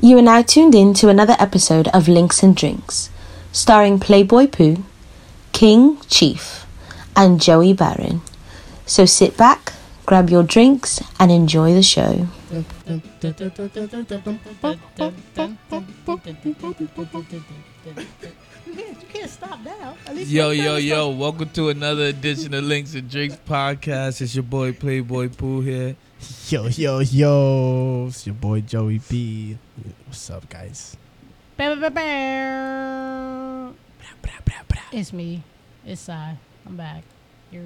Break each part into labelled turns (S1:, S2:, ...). S1: You are now tuned in to another episode of Links and Drinks, starring Playboy Pooh, King Chief, and Joey Barron. So sit back, grab your drinks, and enjoy the show.
S2: Yo, yo, yo, welcome to another edition of Links and Drinks podcast. It's your boy Playboy Pooh here.
S3: Yo, yo, yo. It's your boy Joey B. What's up, guys?
S4: It's me. It's I. I'm back. You're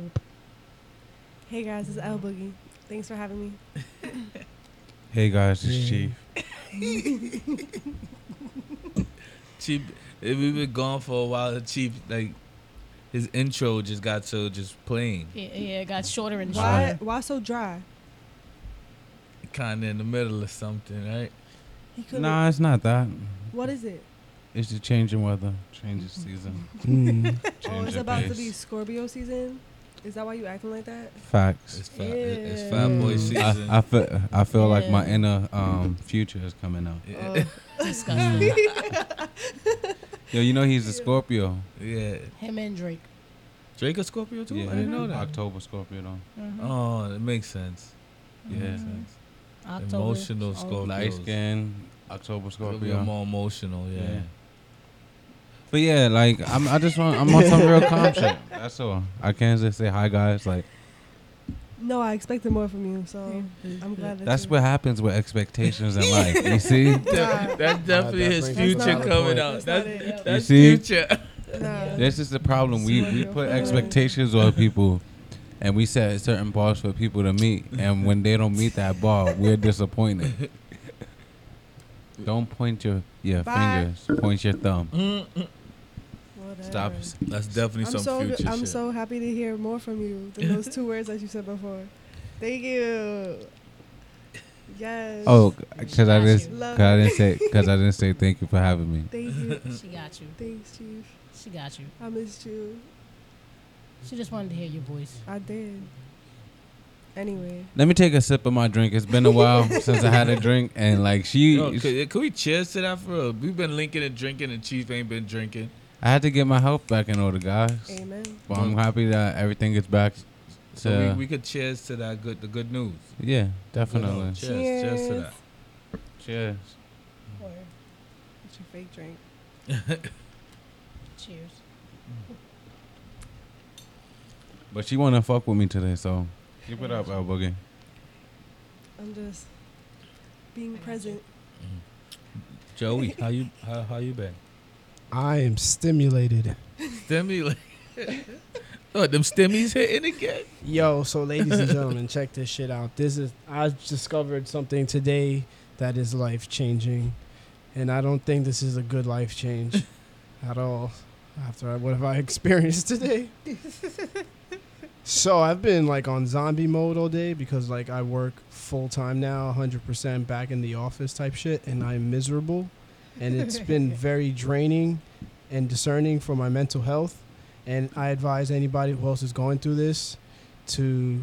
S5: Hey guys, it's L Boogie. Thanks for having me.
S6: Hey guys, it's
S3: Yeah.
S6: Chief.
S2: Chief, eh, we've been gone for a while. Chief, like, his intro just got so just plain,
S4: yeah, yeah, it got shorter and
S5: Why?
S4: shorter.
S5: Why so dry?
S2: kind of in the middle of something, right?
S5: He couldn't.
S6: Nah, it's not that.
S5: What is it?
S6: It's the changing weather, change of
S2: Mm-hmm.
S6: season.
S3: Mm,
S5: Oh,
S6: change
S5: it's
S6: of
S5: about to
S6: pace.
S5: be Scorpio season. Is that why you acting like that?
S6: facts.
S2: It's, fi- eh, it's
S5: Yeah.
S2: five boy
S3: Mm.
S2: season.
S6: I, I feel I feel like my
S4: Yeah.
S6: inner um, future is coming out.
S2: yeah,
S4: Disgusting.
S6: Yo, you know he's a Scorpio.
S2: yeah.
S4: Him and Drake.
S2: Drake a Scorpio too?
S6: yeah, Mm-hmm.
S2: I didn't know that.
S6: October Scorpio though.
S2: Oh, it makes sense. Yeah,
S6: Yeah.
S2: makes sense.
S4: October.
S2: Emotional
S4: Oh,
S2: Scorpio.
S6: Light skin, October
S2: Scorpio
S6: Scorpio.
S2: more emotional, yeah.
S6: Yeah. But yeah, like I'm I just want I'm on some real calm shit. That's all. I can't just say hi guys. Like
S5: No, I expected more from you, so I'm glad that.
S6: that's
S5: you-
S6: what happens with expectations in life. You see?
S2: That- that's definitely his
S3: brings
S2: future
S3: up a valid
S2: coming
S3: point.
S2: out.
S5: That's not
S2: That's, that's
S5: it, yeah.
S6: You see?
S2: future.
S5: Nah.
S6: This is the problem. We we put expectations on people, and we set certain bars for people to meet, and when they don't meet that bar, we're disappointed. Don't point your your
S5: Bye.
S6: fingers. Point your thumb.
S5: Whatever.
S6: Stop.
S2: That's definitely
S5: I'm
S2: some
S5: so
S2: future
S5: I'm
S2: shit.
S5: so happy to hear more from you than those two words that you said before. Thank you. Yes.
S6: Oh, because I didn't.
S5: Love.
S6: Cause I didn't say. Cause I didn't say thank you for having me.
S5: Thank you.
S4: She got you.
S5: Thanks, Chief.
S4: She got you.
S5: I missed you.
S4: She just wanted to hear your voice.
S5: I did. Anyway.
S6: Let me take a sip of my drink. It's been a while since I had a drink, and like she,
S2: Yo, could, could we cheers to that for real? We've been linking and drinking, and Chief ain't been drinking.
S6: I had to get my health back in order, guys.
S5: Amen.
S6: But I'm happy that everything is back.
S2: So
S6: So
S2: we, we could cheers to that good, the good news.
S6: yeah,
S2: Good
S6: definitely.
S2: news. Cheers, cheers to
S5: Cheers.
S2: that.
S6: Cheers.
S4: Or
S5: It's your fake drink.
S4: cheers.
S6: But she wanna fuck with me today, so keep it up, El Boogie.
S5: I'm just being present.
S2: Joey, how you how, how you been?
S3: I am stimulated.
S2: Stimmy, like, oh, them stimmies hitting again.
S3: Yo, so ladies and gentlemen, check this shit out. This is I discovered something today that is life changing, and I don't think this is a good life change at all. After I, what have I experienced today? so I've been like on zombie mode all day because like I work full time now, 100% back in the office type shit, and I'm miserable, and it's been very draining and discerning for my mental health. And I advise anybody who else is going through this to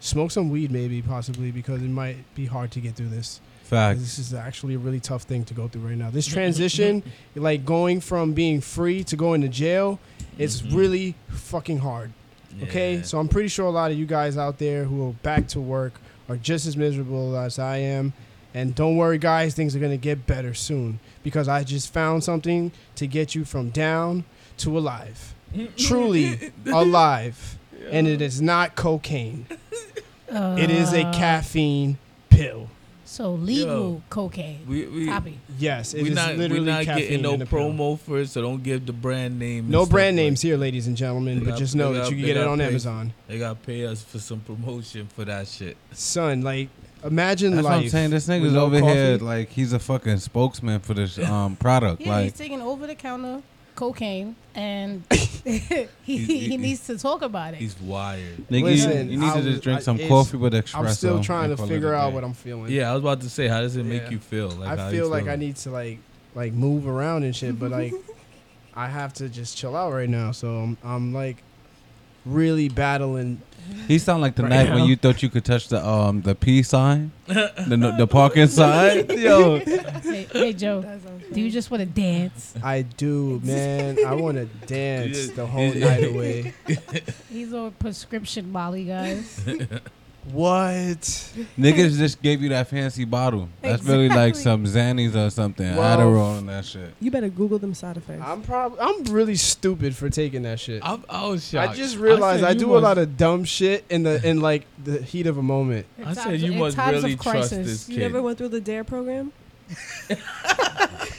S3: smoke some weed, maybe possibly, because it might be hard to get through this. 'Cause
S6: Facts.
S3: This is actually a really tough thing to go through right now. This transition, like going from being free to going to jail, it's
S2: Mhm.
S3: really fucking hard. Okay,
S2: Yeah.
S3: so I'm pretty sure a lot of you guys out there who are back to work are just as miserable as I am. And don't worry, guys, things are gonna get better soon because I just found something to get you from down to alive. Truly alive. And it is not cocaine, it is a
S4: Uh,
S3: caffeine pill.
S4: So legal
S2: Yo.
S4: cocaine.
S2: we we
S4: Copy.
S3: Yes, it
S2: we
S3: is
S2: not we
S3: literally
S2: not
S3: caffeine.
S2: getting no
S3: in a pill.
S2: promo for it, so don't give the brand name. and
S3: No
S2: stuff
S3: brand
S2: like-
S3: names here, ladies and gentlemen,
S2: They
S3: but
S2: got-
S3: just know
S2: they
S3: that
S2: got-
S3: you can
S2: they
S3: get it
S2: got
S3: on
S2: paid.
S3: Amazon.
S2: They gotta pay us for some promotion for that shit.
S3: Son, like, imagine
S6: That's
S3: life.
S6: what I'm saying. This
S3: with
S6: nigga's
S3: no
S6: over here
S3: coffee.
S6: like he's a fucking spokesman for this um product.
S4: Yeah,
S6: like
S4: he's taking over the counter cocaine and he,
S2: he-
S4: he needs to talk about it.
S2: He's wired.
S6: nigga,
S3: Listen,
S6: you, you need
S3: I
S6: to
S3: was-
S6: just drink
S3: I-
S6: some
S3: it's-
S6: coffee with espresso.
S3: I'm still trying
S6: and
S3: to
S6: call it
S3: figure
S6: a
S3: out
S6: day.
S3: what I'm feeling.
S2: Yeah, I was about to say, how does it make
S3: Yeah.
S2: you feel? Like how
S3: I
S2: you
S3: feel like I
S2: feeling?
S3: need to like like move around and shit, but like I have to just chill out right now. So I'm, I'm like really battling.
S6: He sound like the
S3: Right
S6: night
S3: now.
S6: when you thought you could touch the um the P sign, the no- the parking sign. Yo,
S4: hey, hey, Joe,
S5: That sounds
S4: do you
S5: fun.
S4: just want to dance?
S3: I do, man. I want to dance
S2: Yeah.
S3: the whole
S2: Yeah.
S3: night away.
S4: He's on prescription Molly, guys.
S3: What?
S6: niggas just gave you that fancy bottle. That's really like some Xannies or something,
S3: Well,
S6: Adderall and that shit.
S5: You better Google them side effects.
S3: I'm probably I'm really stupid for taking that shit.
S2: I'm, I was shocked.
S3: I just realized
S2: said
S3: I
S2: you
S3: do a
S2: must-
S3: lot of dumb shit in the in like the heat of a moment.
S2: I
S4: In
S2: said
S4: times-
S2: you
S4: in
S2: must
S4: times of
S2: really trust
S4: crisis,
S2: this
S5: you
S2: kid.
S5: never went through the DARE E program?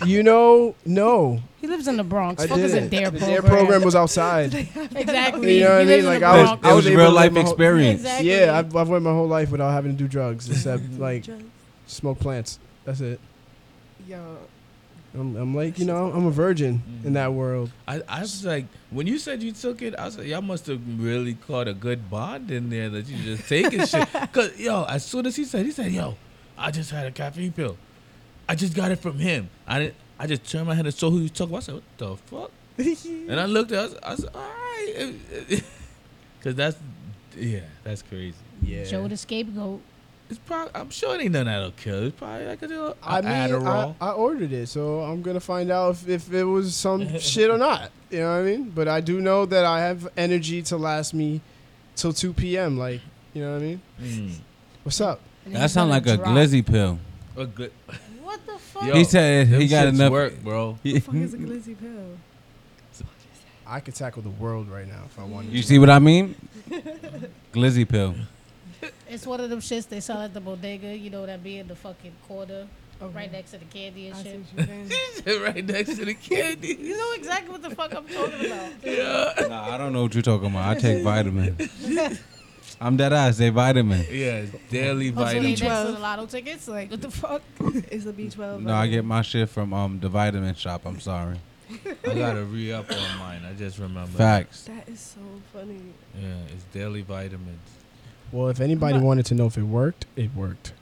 S3: You know, no.
S4: He lives in the Bronx.
S3: I
S4: Fuck is a
S3: didn't.
S4: dare
S3: the
S4: program.
S3: dare program was outside.
S4: exactly.
S3: You know what I
S4: He lives
S3: mean?
S4: in
S3: Like,
S4: the
S3: I was-
S6: it
S4: Bronx.
S3: I
S6: was
S3: able to
S6: real
S3: live
S6: life
S3: my whole-
S6: experience.
S4: Exactly.
S3: Yeah, I've, I've went my whole life without having to do drugs except like
S5: Drugs.
S3: smoke plants. That's it.
S5: Yo,
S3: I'm, I'm like, you know, I'm a virgin in that world.
S2: I, I was like, when you said you took it, I was like, y'all must have really caught a good bond in there that you just taking shit. Cause yo, as soon as he said, he said, yo, I just had a caffeine pill. I just got it from him. I didn't. I just turned my head and saw who you talking about. I said, what the fuck? and I looked at. I was, I was all right, because that's yeah, that's crazy.
S3: Yeah.
S4: Joe the scapegoat.
S2: It's probably. I'm sure it ain't nothing that'll kill. It's probably like a little
S3: I mean, I,
S2: Adderall.
S3: I ordered it, so I'm gonna find out if, if it was some shit or not. You know what I mean? But I do know that I have energy to last me till 2 p.m. Like, you know what I mean?
S2: Mm.
S3: What's up?
S4: And
S6: That
S4: he's
S6: sound
S4: gonna
S6: like a
S4: drop.
S6: glizzy pill.
S2: A good.
S4: What the fuck?
S2: Yo,
S6: he said
S2: them
S6: he got
S2: shits
S6: enough.
S2: work, bro.
S5: the fuck is a glizzy pill?
S3: I could tackle the world right now if I wanted.
S6: You see what I mean? glizzy pill.
S4: It's one of them shits they sell at the bodega. You know that being the fucking quarter
S5: Oh,
S4: right next to the candy and
S5: I see
S4: shit.
S5: what you're saying.
S2: right next to the candy.
S4: You know exactly what the fuck I'm talking about.
S2: Yeah.
S6: Nah, I don't know what you're talking about. I take vitamin. I'm dead ass. They vitamin.
S2: Yeah, it's daily
S4: Oh, so they next to
S2: vitamin.
S4: the
S5: 12.
S4: lotto tickets? Like, what the fuck?
S5: It's the B12.
S6: No,
S5: uh,
S6: I get my shit from um the vitamin shop. I'm sorry.
S2: I gotta re up on mine. I just remember.
S6: Facts.
S5: That is so funny.
S2: Yeah, it's daily vitamins.
S3: Well, if anybody wanted to know if it worked, it worked.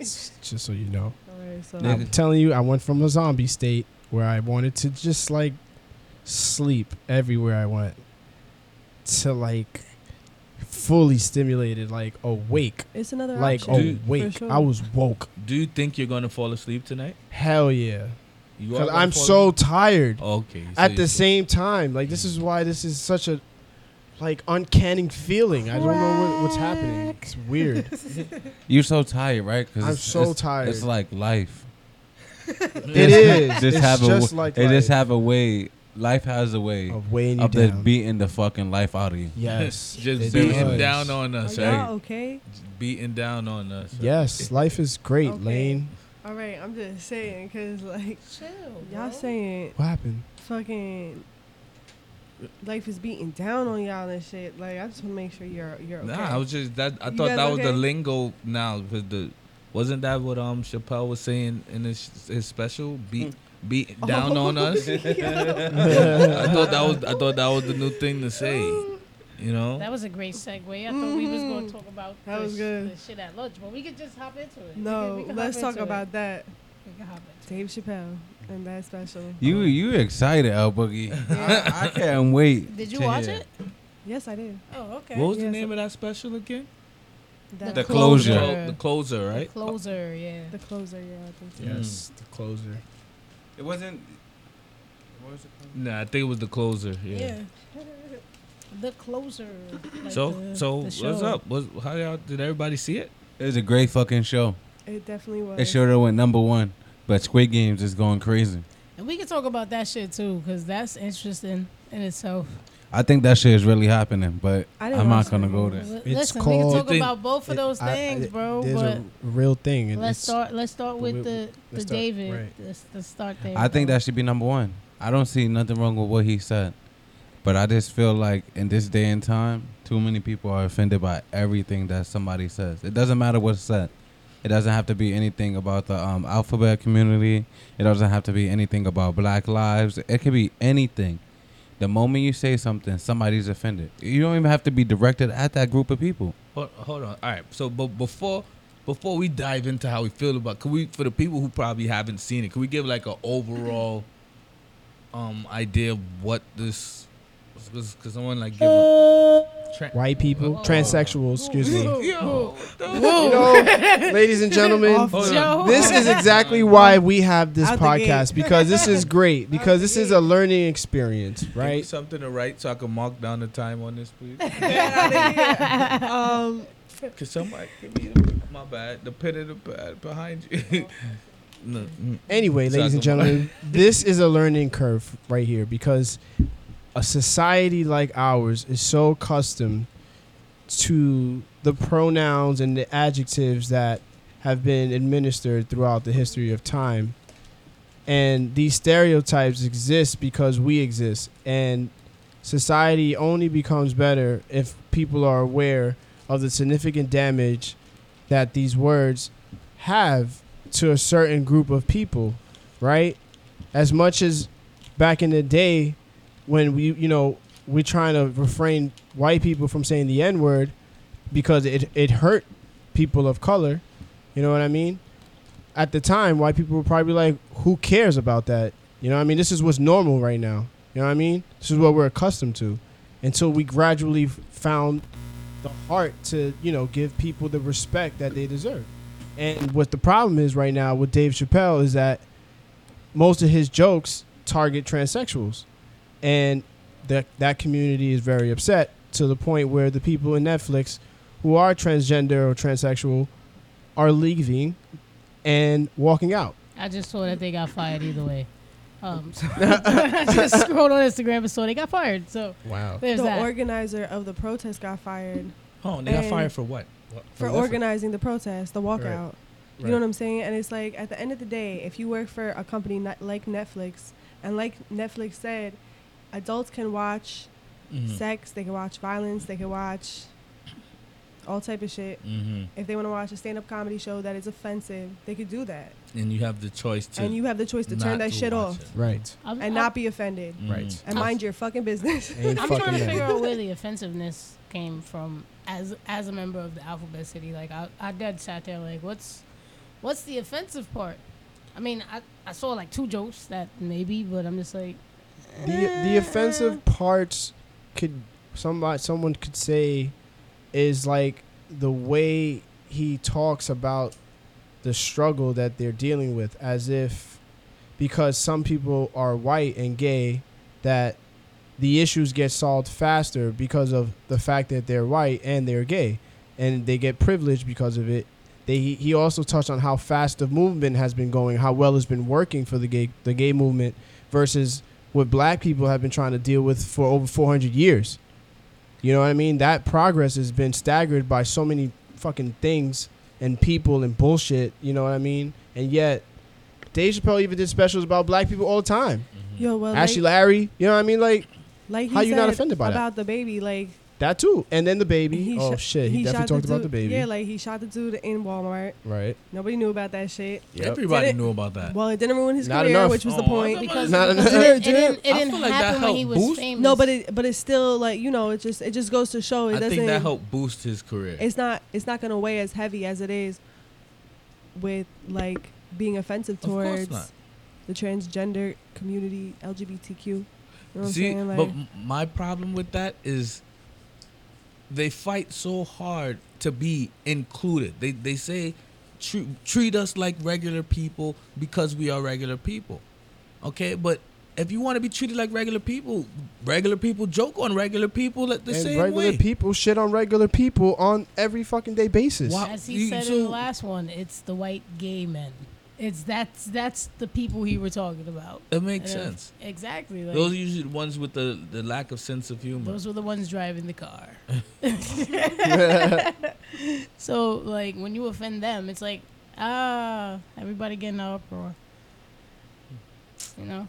S3: S- just so you know,
S5: All right, so
S6: Nigga.
S3: I'm telling you, I went from a zombie state where I wanted to just like sleep everywhere I went to like fully stimulated, like awake,
S5: it's another
S3: like
S5: option.
S2: Dude,
S3: awake.
S5: for sure.
S3: I was woke.
S2: Do you think you're gonna fall asleep tonight?
S3: Hell yeah!
S2: You
S3: Because
S2: gonna
S3: I'm
S2: fall
S3: so
S2: asleep?
S3: tired.
S2: Okay. so
S3: At
S2: you-
S3: the same time, like this is why this is such a like uncanny feeling. I don't know what, what's happening. It's weird.
S6: You so tired, right? Cause
S3: I'm
S6: it's-
S3: so
S6: it's-
S3: tired.
S6: It's like life.
S3: It is.
S6: Just
S3: it's
S6: have a
S3: just
S6: w-
S3: like
S6: They just
S3: life.
S6: have a way. Life has a way
S3: of weighing you
S6: of the
S3: down.
S6: beating the fucking life out of you.
S3: Yes,
S2: Just
S3: it
S2: beating
S3: does.
S2: down on
S5: Are
S2: us,
S5: y'all
S2: right?
S5: okay?
S2: Beating down on us. eh?
S3: Yes, life is great,
S5: Okay.
S3: Lane.
S5: All right, I'm just saying, cause like
S4: Chill.
S5: y'all saying
S3: What happened?
S5: fucking life is beating down on y'all and shit. Like I just want to make sure you're you're okay.
S2: Nah, I was just that. I
S5: You
S2: thought
S5: guys
S2: that was the
S5: okay?
S2: lingo now because the wasn't that what um Chappelle was saying in his, his special beat beat down on us. I thought that was I thought that was the new thing to say. You
S4: That
S2: know.
S4: was a great segue. I thought we was going to talk about
S5: Mm-hmm. That
S4: the
S5: was
S4: sh-
S5: good.
S4: the shit at lunch, but we could just hop into it. We could- we
S5: no,
S4: could
S5: let's
S4: hop
S5: talk
S4: into it.
S5: about that.
S4: We could hop into
S5: Dave Chappelle and that special.
S6: You you excited, El Boogie? I, I can't wait.
S4: it. Did you
S6: to
S4: watch
S6: hear.
S4: it?
S5: Yes, I did.
S4: Oh, okay.
S2: What was the
S5: Yes.
S2: name of that special again?
S5: That
S6: The Closure.
S2: Clo- The closer,
S4: The
S2: right?
S4: closer, yeah.
S5: The closer, yeah. I think so.
S3: Yes, the closer.
S6: It wasn't. what was it
S2: Nah, I think it was the closer. Yeah.
S4: The closer. like
S2: So
S4: the-
S2: so
S4: the
S2: what's
S4: show.
S2: up? What, how y'all did everybody see it?
S6: called? It was a great fucking show.
S5: It definitely was.
S6: It showed up went number one, but Squid Games is going crazy.
S4: And we can talk about that shit too, because that's interesting in itself.
S6: I think that shit is really happening, but
S5: I didn't
S6: I'm
S5: watch
S6: not gonna
S5: that
S6: go
S5: movie.
S6: there.
S4: L-
S3: It's
S4: Listen, we can
S3: called-
S4: talk
S2: Think-
S4: about both of those things, bro.
S3: There's
S4: But
S3: a real thing. and
S4: let's
S3: it's-
S4: start. Let's start with the the
S3: let's start-
S4: David.
S3: right.
S4: Let's, let's start there.
S6: I think that should be number one. I don't see nothing wrong with what he said, but I just feel like in this day and time, too many people are offended by everything that somebody says. It doesn't matter what's said. It doesn't have to be anything about the um, alphabet community. It doesn't have to be anything about Black lives. It could be anything. The moment you say something, somebody's offended. You don't even have to be directed at that group of people.
S2: Hold, hold on. All right. So, but before before we dive into how we feel about, can we for the people who probably haven't seen it, can we give like an overall um idea of what this because someone like give up. Tra-
S3: White people,
S2: Oh.
S3: transsexuals, excuse me.
S2: Yo,
S3: You know, ladies and gentlemen,
S5: Off
S2: Hold
S5: Joe.
S2: on.
S3: this is exactly why we have this
S5: Out the
S3: podcast because this is great because
S5: the
S3: this is
S5: gate.
S3: a learning experience,
S2: Give me
S3: right?
S2: something to write so I can mark down the time on this, please.
S5: um,
S2: Can somebody give me the, my bad, the pit of the bad behind you? no. mm.
S3: Anyway, ladies and
S2: Suck 'em.
S3: gentlemen, this is a learning curve right here because a society like ours is so accustomed to the pronouns and the adjectives that have been administered throughout the history of time. And these stereotypes exist because we exist. And society only becomes better if people are aware of the significant damage that these words have to a certain group of people, right? As much as back in the day when we, you know, we're trying to refrain white people from saying the N word because it, it hurt people of color. You know what I mean? At the time, white people were probably like, who cares about that? You know what I mean? This is what's normal right now. You know what I mean? This is what we're accustomed to until we gradually f- found the heart to, you know, give people the respect that they deserve. And what the problem is right now with Dave Chappelle is that most of his jokes target transsexuals, and that that community is very upset to the point where the people in Netflix who are transgender or transsexual are leaving and walking out.
S4: I just saw that they got fired either way. Um, so I just scrolled on Instagram and saw they got fired. So
S3: Wow.
S4: there's
S5: the
S4: that.
S5: organizer of the protest got fired
S2: Oh, they got
S5: And-
S2: fired for what? What-
S5: for
S6: Oh,
S2: what?
S5: organizing the protest, the walkout. You
S3: Right.
S5: know what I'm saying? And it's like at the end of the day, if you work for a company not like Netflix, and like Netflix said, adults can watch
S6: Mm-hmm.
S2: Mhm.
S5: sex, they can watch violence, they can watch all type of shit.
S2: Mhm.
S5: If they want to watch a stand-up comedy show that is offensive, they could do that.
S2: And you have the choice to
S5: and you have the choice to
S2: not
S5: turn that
S2: to
S5: shit
S2: watch
S5: off
S2: it.
S3: Right.
S4: I'm,
S5: and not be offended.
S2: Mhm.
S3: Right.
S5: And mind your fucking business.
S3: Ain't
S4: I'm
S3: fucking
S4: trying to
S3: that.
S4: figure out where the offensiveness came from as as a member of the Alphabet City. Like I, I dead sat there like, what's what's the offensive part? I mean, I, I saw like two jokes that maybe, but I'm just like,
S3: the the offensive parts could somebody someone could say is like the way he talks about the struggle that they're dealing with as if because some people are white and gay that the issues get solved faster because of the fact that they're white and they're gay and they get privileged because of it they he, he also touched on how fast the movement has been going how well it's been working for the gay the gay movement versus what black people have been trying to deal with for over 400 years. You know what I mean? That progress has been staggered by so many fucking things and people and bullshit. You know what I mean? And yet, Dave Chappelle even did specials about black people all the time.
S2: mm-hmm.
S5: Yo, well,
S3: Ashley
S5: like,
S3: Larry, you know what I mean? Like
S5: like he
S3: how you not
S5: said
S3: offended by that?
S5: about the baby, like
S3: that too. And then the baby.
S5: he
S3: oh
S5: shot-
S3: shit, he, definitely
S5: shot
S3: talked about
S5: dude-
S3: the baby.
S5: Yeah, like he shot the dude in Walmart.
S3: right.
S5: Nobody knew about that shit.
S2: Everybody
S5: Did it-
S2: knew about that.
S5: Well, it didn't ruin his
S3: Not
S5: career,
S3: enough.
S5: which was the
S2: Oh, I
S5: point.
S2: thought-
S4: because,
S3: Not
S4: because it,
S3: enough.
S4: didn't- it didn't, it
S2: I
S4: didn't
S2: feel like that
S4: happen when he
S2: helped
S4: was
S2: boost-
S4: famous.
S5: No, but it but it's still like you know it just it just goes to show it
S2: I
S5: doesn't.
S2: think that helped boost his career.
S5: It's not it's not gonna weigh as heavy as it is with like being offensive
S2: Of course
S5: towards
S2: not.
S5: the transgender community, LGBTQ. You know what I'm
S2: See,
S5: saying? Like,
S2: but m- my problem with that is they fight so hard to be included. They they say treat, treat us like regular people because we are regular people. Okay, but if you want to be treated like regular people, regular people joke on regular people like the
S3: and
S2: same
S3: regular
S2: way.
S3: people shit on regular people on every fucking day basis.
S2: Why-
S4: as
S2: you-
S4: he said in
S2: so-
S4: the last one, it's the white gay men. It's that's that's the people he were talking about.
S2: It makes
S4: And
S2: sense.
S4: Exactly. Like,
S2: Those are
S4: those,
S2: usually the ones with the, the lack of sense of humor.
S4: were the ones driving the car. so like when you offend them, it's like ah, everybody getting an uproar. You know,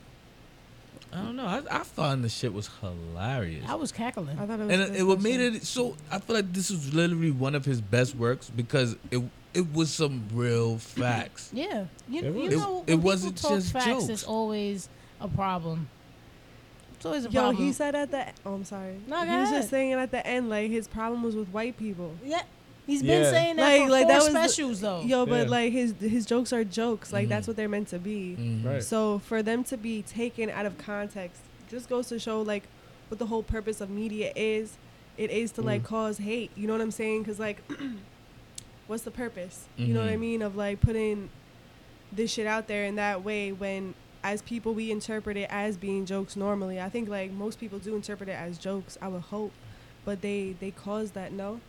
S2: I don't know. I, I found the shit was hilarious.
S4: I was cackling.
S5: I thought it was
S2: and
S5: good
S2: it, it what made
S5: session.
S2: it so i feel like this is literally one of his best works because it it was some real facts
S4: Yeah, you, you
S3: It
S2: was.
S4: know,
S2: It-
S4: when
S2: it
S4: people
S2: wasn't
S4: talk
S2: just
S4: facts,
S2: jokes.
S4: It's always a problem. It's always a
S5: Yo,
S4: problem.
S5: he said at the oh, I'm sorry.
S4: No,
S5: he
S4: go
S5: was
S4: ahead.
S5: just saying it at the end, like his problem was with white people.
S4: yeah, he's been
S3: Yeah.
S4: saying that
S5: Like-
S4: for
S5: like,
S4: four
S5: that was the-
S4: specials
S2: Oh,
S4: though.
S5: Yo, but
S3: Yeah.
S5: like his his jokes are jokes. Like
S2: Mhm.
S5: that's what they're meant to be.
S2: Mhm.
S3: Right.
S5: So for them to be taken out of context just goes to show like what the whole purpose of media is. It is to like
S3: Mm.
S5: cause hate. You know what I'm saying? Because like, what's the purpose? You know what I
S2: Mhm.
S5: mean? Of like putting this shit out there in that way when as people we interpret it as being jokes normally. I think like most people do interpret it as jokes. I would hope, but they they cause that no.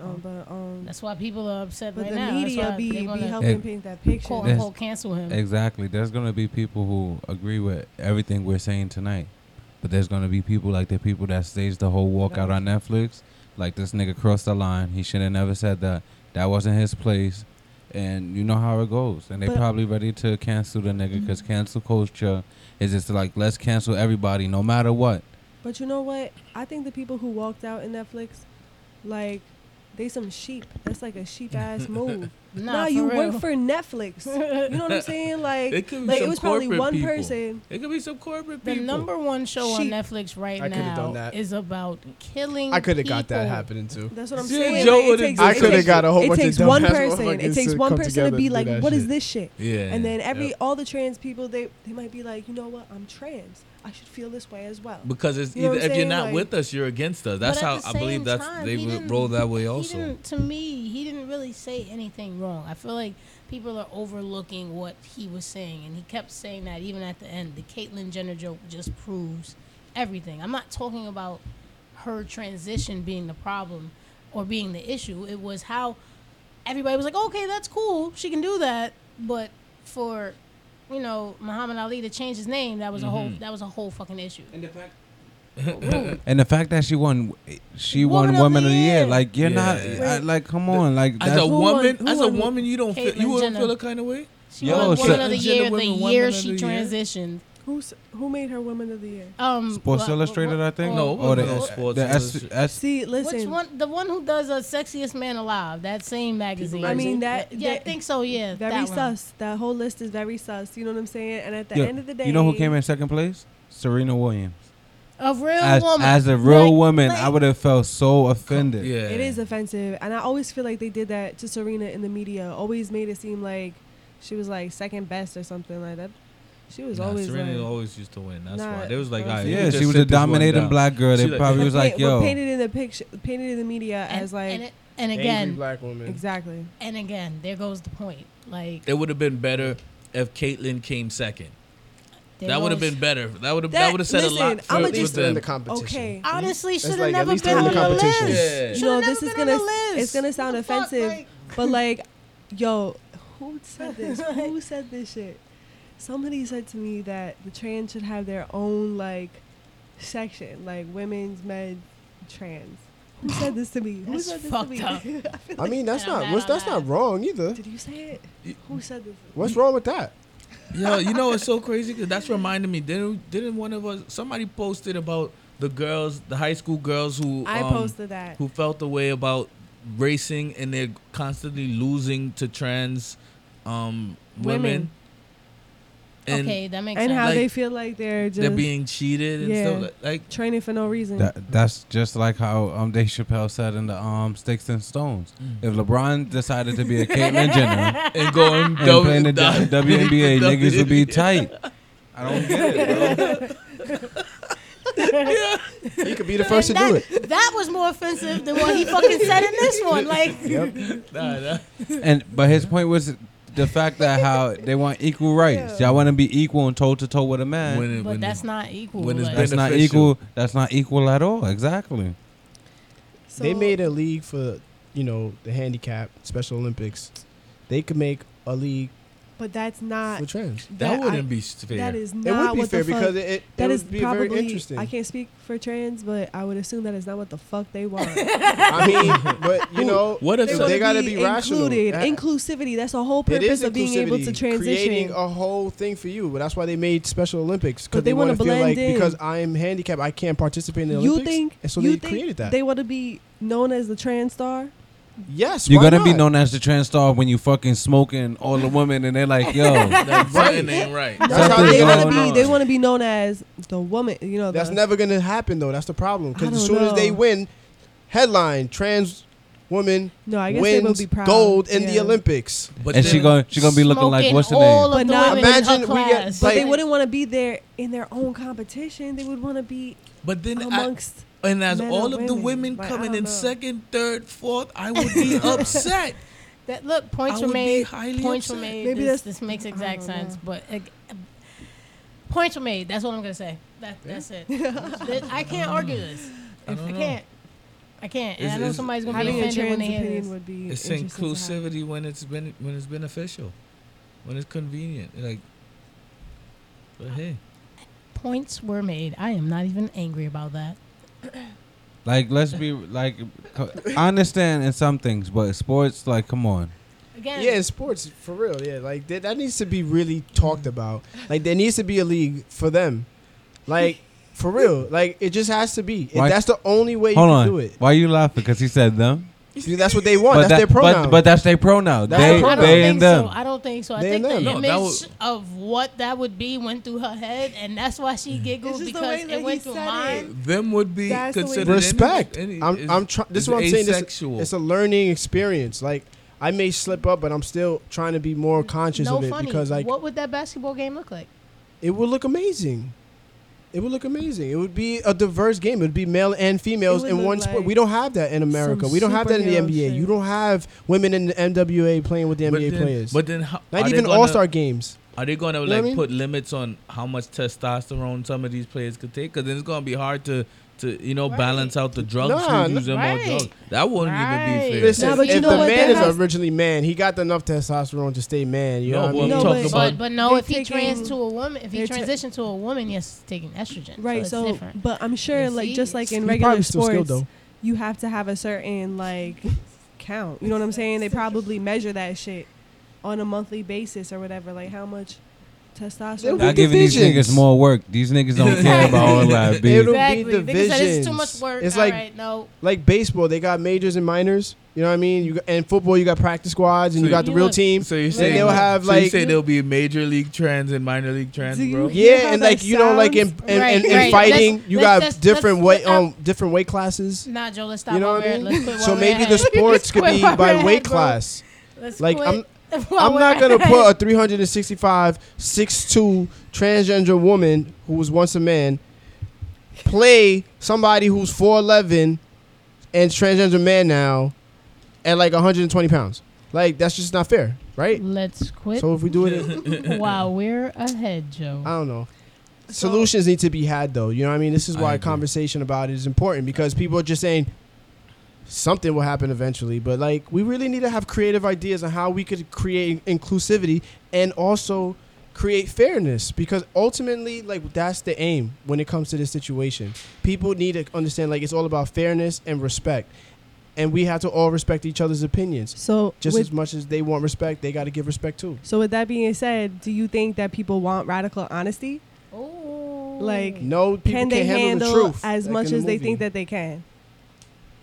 S5: Um, but um,
S4: Oh. That's why people are upset
S5: but
S4: right
S5: the
S4: now. That's
S5: media
S4: why
S5: be
S4: they
S5: be
S4: want to
S5: helping
S6: Ex-
S5: paint that picture.
S4: quote
S6: That's-
S4: unquote cancel him.
S6: Exactly. There's gonna be people who agree with everything we're saying tonight, but there's gonna be people like the people that staged the whole walkout on Netflix. Like this nigga crossed the line. He should have never said that. That wasn't his place. And you know how it goes. And they
S5: But-
S6: probably ready to cancel the nigga because
S4: Mm-hmm.
S6: cancel culture is just like let's cancel everybody no matter what.
S5: But you know what? I think the people who walked out in Netflix, like, they some sheep. That's like a sheep ass move.
S4: Nah,
S5: nah, you
S4: real.
S5: work for Netflix. You know what I'm saying? Like,
S2: It could be
S5: like it
S2: some
S5: was probably
S2: corporate
S5: one
S2: people.
S5: person.
S2: It could be some corporate
S4: The
S2: people.
S4: number one show
S5: Sheep.
S4: on Netflix right
S3: I could've done
S4: now
S3: that.
S4: is about killing.
S3: I could have got that
S4: people.
S3: happening too.
S5: That's what I'm
S2: Yeah,
S5: saying.
S2: Joe
S5: Like, it
S2: would've
S5: takes-
S2: done
S5: it
S3: I coulda
S5: takes-
S3: got a whole
S5: It
S3: bunch of
S5: takes one
S3: dumbass
S5: person. It
S3: motherfuckers
S5: takes
S3: to
S5: one
S3: come
S5: person to
S3: together
S5: be
S3: and do
S5: like,
S3: that
S5: "What is
S3: shit."
S5: this shit?"
S2: Yeah.
S5: And then every
S2: Yep.
S5: all the trans people, they they might be like, "You know what? I'm trans. I should feel this way as well."
S2: Because it's
S5: You know
S2: either,
S5: what I'm
S2: if you're
S5: saying?
S2: not
S5: Like-
S2: with us, you're against us.
S4: But
S2: That's
S4: at
S2: how
S4: the
S2: I believe
S4: same
S2: that's
S4: time,
S2: they
S4: he
S2: would
S4: didn't-
S2: roll that way
S4: He
S2: also.
S4: didn't, to me, he didn't really say anything wrong. I feel like people are overlooking what he was saying, and he kept saying that even at the end. The Caitlyn Jenner joke just proves everything. I'm not talking about her transition being the problem or being the issue. It was how everybody was like, okay, that's cool, she can do that, but for you know Muhammad Ali to change his name, that was a whole
S2: Mhm.
S4: that was a whole fucking issue.
S6: And the fact that she won, she
S4: Woman
S6: won
S4: of
S6: Woman
S4: the
S6: of the Year.
S4: Year.
S6: Like you're not
S2: Yeah.
S6: I, like come on like
S2: As
S6: that's-
S2: a
S5: who
S2: woman,
S5: won- who
S2: as a
S5: won-
S2: woman, you don't feel,
S4: Caitlyn
S2: you wouldn't feel
S4: Jenner.
S2: a kind of way.
S4: She
S6: Yo,
S4: won
S6: she-
S4: Woman of the
S2: Transgender
S4: Year the
S2: women, Woman
S4: year
S2: of the
S4: she
S2: Year?
S4: transitioned.
S5: Who's who made her Woman of the Year?
S4: Um,
S6: Sports
S4: what-
S6: Illustrated,
S4: what-
S6: I think.
S2: No, it
S6: Oh, or the,
S2: wasn't no Sports
S6: the S-
S2: Illustrated.
S6: S-
S5: See, listen.
S4: Which one? The one who does a sexiest man alive? That same magazine.
S5: I mean that.
S4: yeah, I
S5: that-
S4: think so. Yeah,
S5: Very
S4: that one.
S5: sus. That whole list is very sus. You know what I'm saying? And at the
S6: Yeah,
S5: end of the day,
S6: You know who came in second place? Serena Williams.
S4: A real
S6: As,
S4: woman.
S6: as a real
S4: Like,
S6: woman, I
S4: like-
S6: would have felt so offended.
S2: Yeah,
S5: It is offensive, and I always feel like they did that to Serena in the media. Always made it seem like she was like second best or something like that. She was
S2: Nah,
S5: always
S2: Serena
S5: like,
S2: always used to win. That's
S5: Nah,
S2: why they was like,
S5: nah,
S2: all right,
S6: Yeah,
S2: you
S6: she
S2: just
S6: was
S2: sit
S6: a
S2: this one
S6: dominating
S2: down.
S6: black girl. They
S2: She like-
S6: probably
S5: But
S6: was like,
S5: paint- but
S6: "Yo,
S5: painted in the picture, painted in the media
S4: and,
S5: as like
S4: and, it- and
S3: Angry
S4: again,
S3: black woman.
S5: exactly.
S4: and again, there goes the point. Like
S2: It would have been better if Caitlyn came second.
S4: there
S2: that would have
S4: goes-
S2: been better. That would have
S5: That-
S2: that would have said a
S5: listen,
S2: lot.
S5: I'ma
S2: for-
S3: At
S2: with
S5: just-
S3: least they're in the
S2: them.
S3: competition.
S5: Okay.
S4: Honestly,
S3: It's
S4: should have
S3: like, at
S4: never
S3: least
S4: been
S3: they're
S4: on
S3: in the
S4: the
S3: competition.
S2: Yeah.
S4: list.
S2: You
S4: Should
S5: You know
S4: have
S5: this
S4: never
S5: is
S4: been
S5: gonna
S4: on the
S5: it's
S4: list.
S5: gonna sound
S4: What the fuck,
S5: offensive,
S4: like-
S5: but like, yo, who said this? who said this shit? Somebody said to me that the trans should have their own like section, like women's, men, trans. Who said this to me? Who
S4: That's
S5: said this
S4: fucked
S5: to me?
S4: up.
S5: I feel
S3: I
S5: like-
S3: mean, that's
S4: Yeah, I'm
S3: not
S4: mad
S3: what's,
S4: on
S3: that's
S4: that.
S3: not wrong either.
S5: did you say it? Who said this?
S3: What's wrong with that?
S2: Yo, you know it's so crazy because that's reminding me. Didn't didn't one of us somebody posted about the girls, the high school girls who
S5: I
S2: um,
S5: posted that.
S2: who felt the way about racing and they're constantly losing to trans um, women.
S5: Women.
S2: And
S4: okay, that makes
S5: And
S4: sense.
S5: how
S2: Like,
S5: they feel like they're just
S2: they're being cheated and
S5: Yeah.
S2: stuff. Like,
S5: training for no reason.
S6: That, that's just like how um, Dave Chappelle said in the um, Sticks and Stones.
S2: Mm.
S6: If LeBron decided to be a Caitlyn Jenner
S2: and going E.
S6: and playing the W- WNBA, niggas would be tight. I don't get it, bro.
S3: He could be the first to do it.
S4: That was more offensive than what he fucking said in this one. Like,
S2: Nah, nah.
S6: And but his point was the fact that how they want equal rights. Y'all want to be equal and toe to toe with a man.
S2: When it-
S4: but
S2: when
S4: that's
S2: it-
S4: not equal.
S2: when it's
S4: like,
S6: that's not
S2: beneficial.
S6: equal. That's not equal at all. Exactly.
S5: So-
S3: they made a league for you know the handicap Special Olympics. They could make a league
S5: but that's not.
S3: for trans.
S2: that,
S5: that I-
S2: wouldn't be s- fair.
S5: That is
S3: It
S5: not
S3: would be
S5: Uh, what
S3: fair
S5: the fuck.
S3: because it, it,
S5: That
S3: it
S5: is
S3: would be
S5: probably.
S3: very interesting.
S5: I can't speak for trans, but I would assume that is not what the fuck they want.
S3: I mean, but you know,
S2: What if
S5: They
S3: they,
S5: wanna
S2: so-
S3: gotta be rational.
S5: included.
S3: Uh,
S5: Inclusivity. That's the whole
S3: it is
S5: purpose of being able to
S3: inclusivity,
S5: transition.
S3: creating a whole thing for you. But that's why they made Special Olympics because
S5: But they
S3: want to
S5: wanna
S3: feel like
S5: blend in.
S3: because I am handicapped, I can't participate in the
S5: you
S3: Olympics.
S5: think?
S3: and so
S5: you
S3: they
S5: think
S3: created that.
S5: They want to be known as the trans star.
S3: yes,
S6: You're
S3: why
S6: gonna be
S3: not?
S6: known as the trans star when you fucking smoking all the women, and they're like, "Yo,
S2: That button ain't right.
S3: That's how
S5: they
S3: they
S5: want to
S3: going
S5: be.
S2: on.
S5: They want to be known as the woman. You know.
S3: That's
S5: the,
S3: never gonna happen though. That's the problem
S5: I
S3: because as
S5: don't
S3: soon as they
S5: know.
S3: win, headline trans woman
S5: No, I guess they will
S3: wins
S5: be proud.
S3: gold in the
S5: Yeah.
S3: Olympics.
S2: But
S6: and she
S2: then-
S6: gonna she gonna be looking like
S4: Smoking
S6: what's her
S4: all
S6: name?
S4: of
S5: But
S4: the
S5: now
S4: women in her
S3: imagine we get,
S4: class.
S5: But
S3: like-
S5: they wouldn't want to be there in their own competition. They would want to be
S2: But then I,
S5: amongst.
S2: and as
S5: men
S2: all
S5: or
S2: of the
S5: women,
S2: women
S5: like, I
S2: coming
S5: don't
S2: in
S5: know.
S2: second, third, fourth, I would be upset.
S4: That look
S2: I
S4: points were
S2: would be
S4: made.
S2: highly
S4: Points were
S2: upset.
S4: made.
S5: Maybe
S4: this,
S5: that's-
S4: this makes
S5: don't
S4: exact
S5: know.
S4: sense, but uh, uh, points were made. That's all I'm gonna say. That, that's it. That- I can't argue this.
S2: I
S4: If
S2: don't
S4: I
S2: know.
S4: can't. I can't. And
S2: It's-
S4: I know
S2: it's-
S4: somebody's gonna be
S5: Having a
S4: offended when
S5: trans
S4: they hear
S5: opinion
S4: this.
S5: would be.
S2: It's
S5: interesting to have.
S2: inclusivity when it's been when it's beneficial, when it's convenient. Like, but hey,
S4: Points were made. I am not even angry about that.
S6: Like let's be like co- I understand in some things, but sports like come on.
S4: Again,
S3: Yeah, in sports for real. Yeah, like that, that needs to be really talked about. Like there needs to be a league for them. Like for real. Like it just has to be. If
S6: Why-
S3: that's the only way you
S6: Hold
S3: can
S6: on.
S3: do it.
S6: Why you laughing? Because he said them.
S3: See, that's what they want. Oh, that's
S6: that-
S3: their pronoun.
S6: But, but that's their pronoun.
S3: That's
S6: they
S3: their
S4: I
S3: pronoun.
S4: don't
S6: they
S4: think
S6: and them.
S4: so. I don't think so. I
S3: They
S4: think
S3: and
S4: the
S2: them. No,
S4: image
S2: that
S4: of what that would be went through her head, and that's why she giggled
S5: just the
S4: because
S5: way that
S4: it
S5: he
S4: went through
S5: said it.
S4: mine.
S2: them would be
S5: That's the way-
S2: considered
S3: respect.
S2: Any,
S3: I'm,
S2: is-
S3: I'm trying. This is
S2: is
S3: what I'm saying. This,
S2: asexual.
S3: it's a learning experience. Like I may slip up, but I'm still trying to be more conscious
S4: No
S3: of it
S4: funny.
S3: because like
S4: what would that basketball game look like?
S3: it would look amazing. It would look amazing. It would be a diverse game. It would be male and females
S5: would
S3: in
S5: look
S3: one sport.
S5: like
S3: We don't have that in America.
S5: some
S3: We don't have that in the
S5: superhero
S3: NBA.
S5: shit.
S3: You don't have women in the NWA playing with the
S2: but
S3: NBA
S2: then,
S3: players.
S2: But then, how, are
S3: Not
S2: they
S3: even
S2: gonna-
S3: All Star games.
S2: Are they gonna
S3: know what I
S2: like
S3: mean?
S2: put limits on how much testosterone some of these players could take? Because then it's gonna be hard to to you know
S4: Right.
S2: balance out the drugs.
S3: Nah,
S2: who use them on
S4: right.
S2: drugs. That wouldn't even
S4: Right.
S2: be fair.
S3: Listen,
S5: Nah, but you
S3: if
S5: know
S3: the
S5: what?
S3: man
S5: That
S3: is
S5: has-
S3: originally man, he got enough testosterone to stay man. You
S2: No,
S3: know
S2: but
S3: what I
S2: I'm
S3: mean?
S5: No,
S2: talking
S5: but-
S4: But
S2: about
S4: but no,
S5: They're
S4: if he trans
S5: taking-
S4: to a woman, if he
S5: they're ta-
S4: transitions to a woman, he has to taking estrogen.
S5: Right.
S4: it's
S5: So,
S4: different.
S5: but I'm sure,
S4: You
S5: like
S4: see?
S5: just like in
S3: He
S5: regular
S3: probably still skilled,
S5: sports,
S3: though.
S5: you have to have a certain like count. You know what I'm saying? They probably measure that shit on a monthly basis or whatever. Like how much
S3: They'll
S5: testosterone.
S3: be
S6: Not giving these
S3: divisions.
S6: niggas more work. These niggas don't care about all that. B.
S3: It'll be
S4: exactly. They said it's too much
S3: divisions.
S4: work.
S3: It's
S4: All
S3: like-
S4: right, no.
S3: like baseball, they got majors and minors. You know what I mean? You got, and football, you got practice squads and you
S2: So
S3: got the
S4: you-
S3: real team.
S2: So you're
S4: And
S2: saying
S4: they'll
S3: have,
S2: so you
S3: like-
S2: say there'll be major league trans and minor league trans,
S5: Do you
S2: bro.
S5: hear how
S3: Yeah, and
S5: that
S3: like you know, like in
S5: sounds?
S3: in,
S4: Right,
S3: in, in
S4: right.
S3: fighting,
S4: Let's-
S3: you
S4: let's-
S3: got
S4: let's-
S3: different
S4: let's-
S3: weight um different weight classes.
S4: Nah, Joe, let's stop.
S3: You know
S4: while
S3: what
S4: we're
S3: I
S4: at-
S3: mean?
S4: Let's quit
S3: So
S4: while we're
S3: maybe
S4: at
S3: the
S4: it.
S3: sports could
S4: quit
S3: be
S4: while we're
S3: by
S4: at
S3: weight
S4: it, bro.
S3: class.
S4: Let's
S3: Like
S4: quit
S3: I'm
S4: while
S3: I'm
S4: we're
S3: not
S4: at
S3: gonna
S4: it.
S3: put a 365 6'2 transgender woman who was once a man play somebody who's 4'11 and transgender man now at like 120 pounds. Like that's just not fair, right?
S4: Let's quit
S3: So if we do it,
S4: while we're ahead, Joe.
S3: I don't know.
S5: So-
S3: Solutions need to be had, though. You know what I mean? This is
S2: I
S3: why a
S2: agree.
S3: conversation about it is important because people are just saying something will happen eventually. But like, we really need to have creative ideas on how we could create inclusivity and also create fairness because ultimately, like, that's the aim when it comes to this situation. People need to understand like it's all about fairness and respect, and we have to all respect each other's opinions.
S5: So
S3: Just
S5: with,
S3: as much as they want respect, they got to give respect too.
S5: so with that being said, do you think that people want radical honesty?
S4: Ooh.
S5: Like,
S3: No, people
S5: can they
S3: can't handle,
S5: handle,
S3: the truth
S5: as
S3: like
S5: much
S3: in the
S5: as they
S3: movie.
S5: think that they can?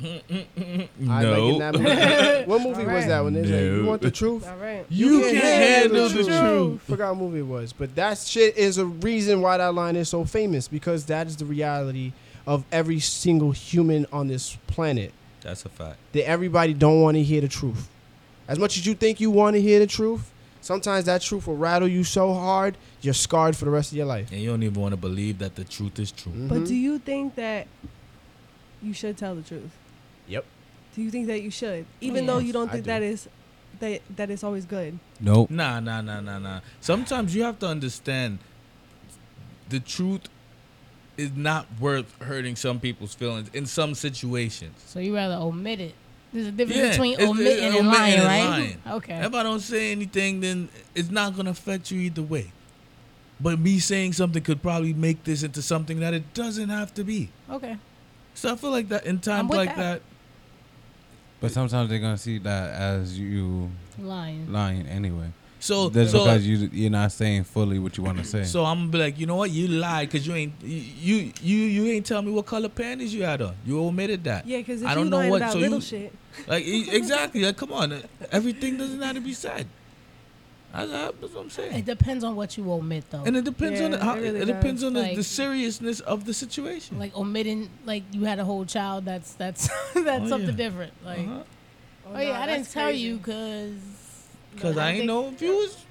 S3: I
S2: no.
S3: Like in that movie. what movie was
S5: Alright.
S3: that one? They was like, you
S2: No.
S3: want the truth?
S5: All right.
S2: You can handle the truth.
S3: Forgot what movie it was, but that shit is a reason why that line is so famous because that is the reality of every single human on this planet.
S2: That's a fact.
S3: That everybody don't want to hear the truth. As much as you think you want to hear the truth, sometimes that truth will rattle you so hard you're scarred for the rest of your life.
S2: And you don't even want to believe that the truth is true.
S5: But
S3: Mhm.
S5: do you think that you should tell the truth?
S3: Yep.
S5: Do you think that you should, even though
S4: Yes,
S5: you don't
S3: I
S5: think
S3: do.
S5: that is that that is always good?
S6: Nope.
S2: Nah, nah, nah, nah, nah. Sometimes you have to understand the truth is not worth hurting some people's feelings in some situations.
S4: So you rather omit it. There's a difference
S2: Yeah,
S4: between
S2: it's- it's
S4: omitting and
S2: omitting
S4: lying,
S2: and
S4: right?
S2: lying.
S4: Okay.
S2: If I don't say anything, then it's not gonna affect you either way. But me saying something could probably make this into something that it doesn't have to be.
S4: Okay.
S2: So I feel like that in times
S4: with
S2: like that.
S4: that.
S6: But sometimes they're gonna see that as you
S4: Lying.
S6: lying anyway.
S2: so
S6: That's
S2: so
S6: because you you're not saying fully what you want to say.
S2: So I'm gonna be like, you know what? You lied because you ain't you you you ain't tell me what color panties you had on. You omitted that.
S5: Yeah, because if
S2: I don't
S5: you
S2: know
S5: lying
S2: what-
S5: about
S2: so
S5: little
S2: you-
S5: shit,
S2: Like e- exactly. Like come on, everything doesn't have to be said. I, I, that's what I'm
S4: It
S2: saying.
S4: depends on what you omit, though.
S2: And it depends on
S5: Yeah,
S2: the, how,
S5: it
S2: it,
S5: really does.
S2: depends on the, the
S4: Like-
S2: seriousness of the situation.
S4: like omitting, like you had a whole child. That's that's that's
S2: Oh,
S4: something
S2: yeah.
S4: different. Like
S2: Uh-huh.
S4: Oh, yeah, I
S5: that's
S4: didn't tell
S5: crazy.
S4: you because.
S2: Cause I ain't know if you was.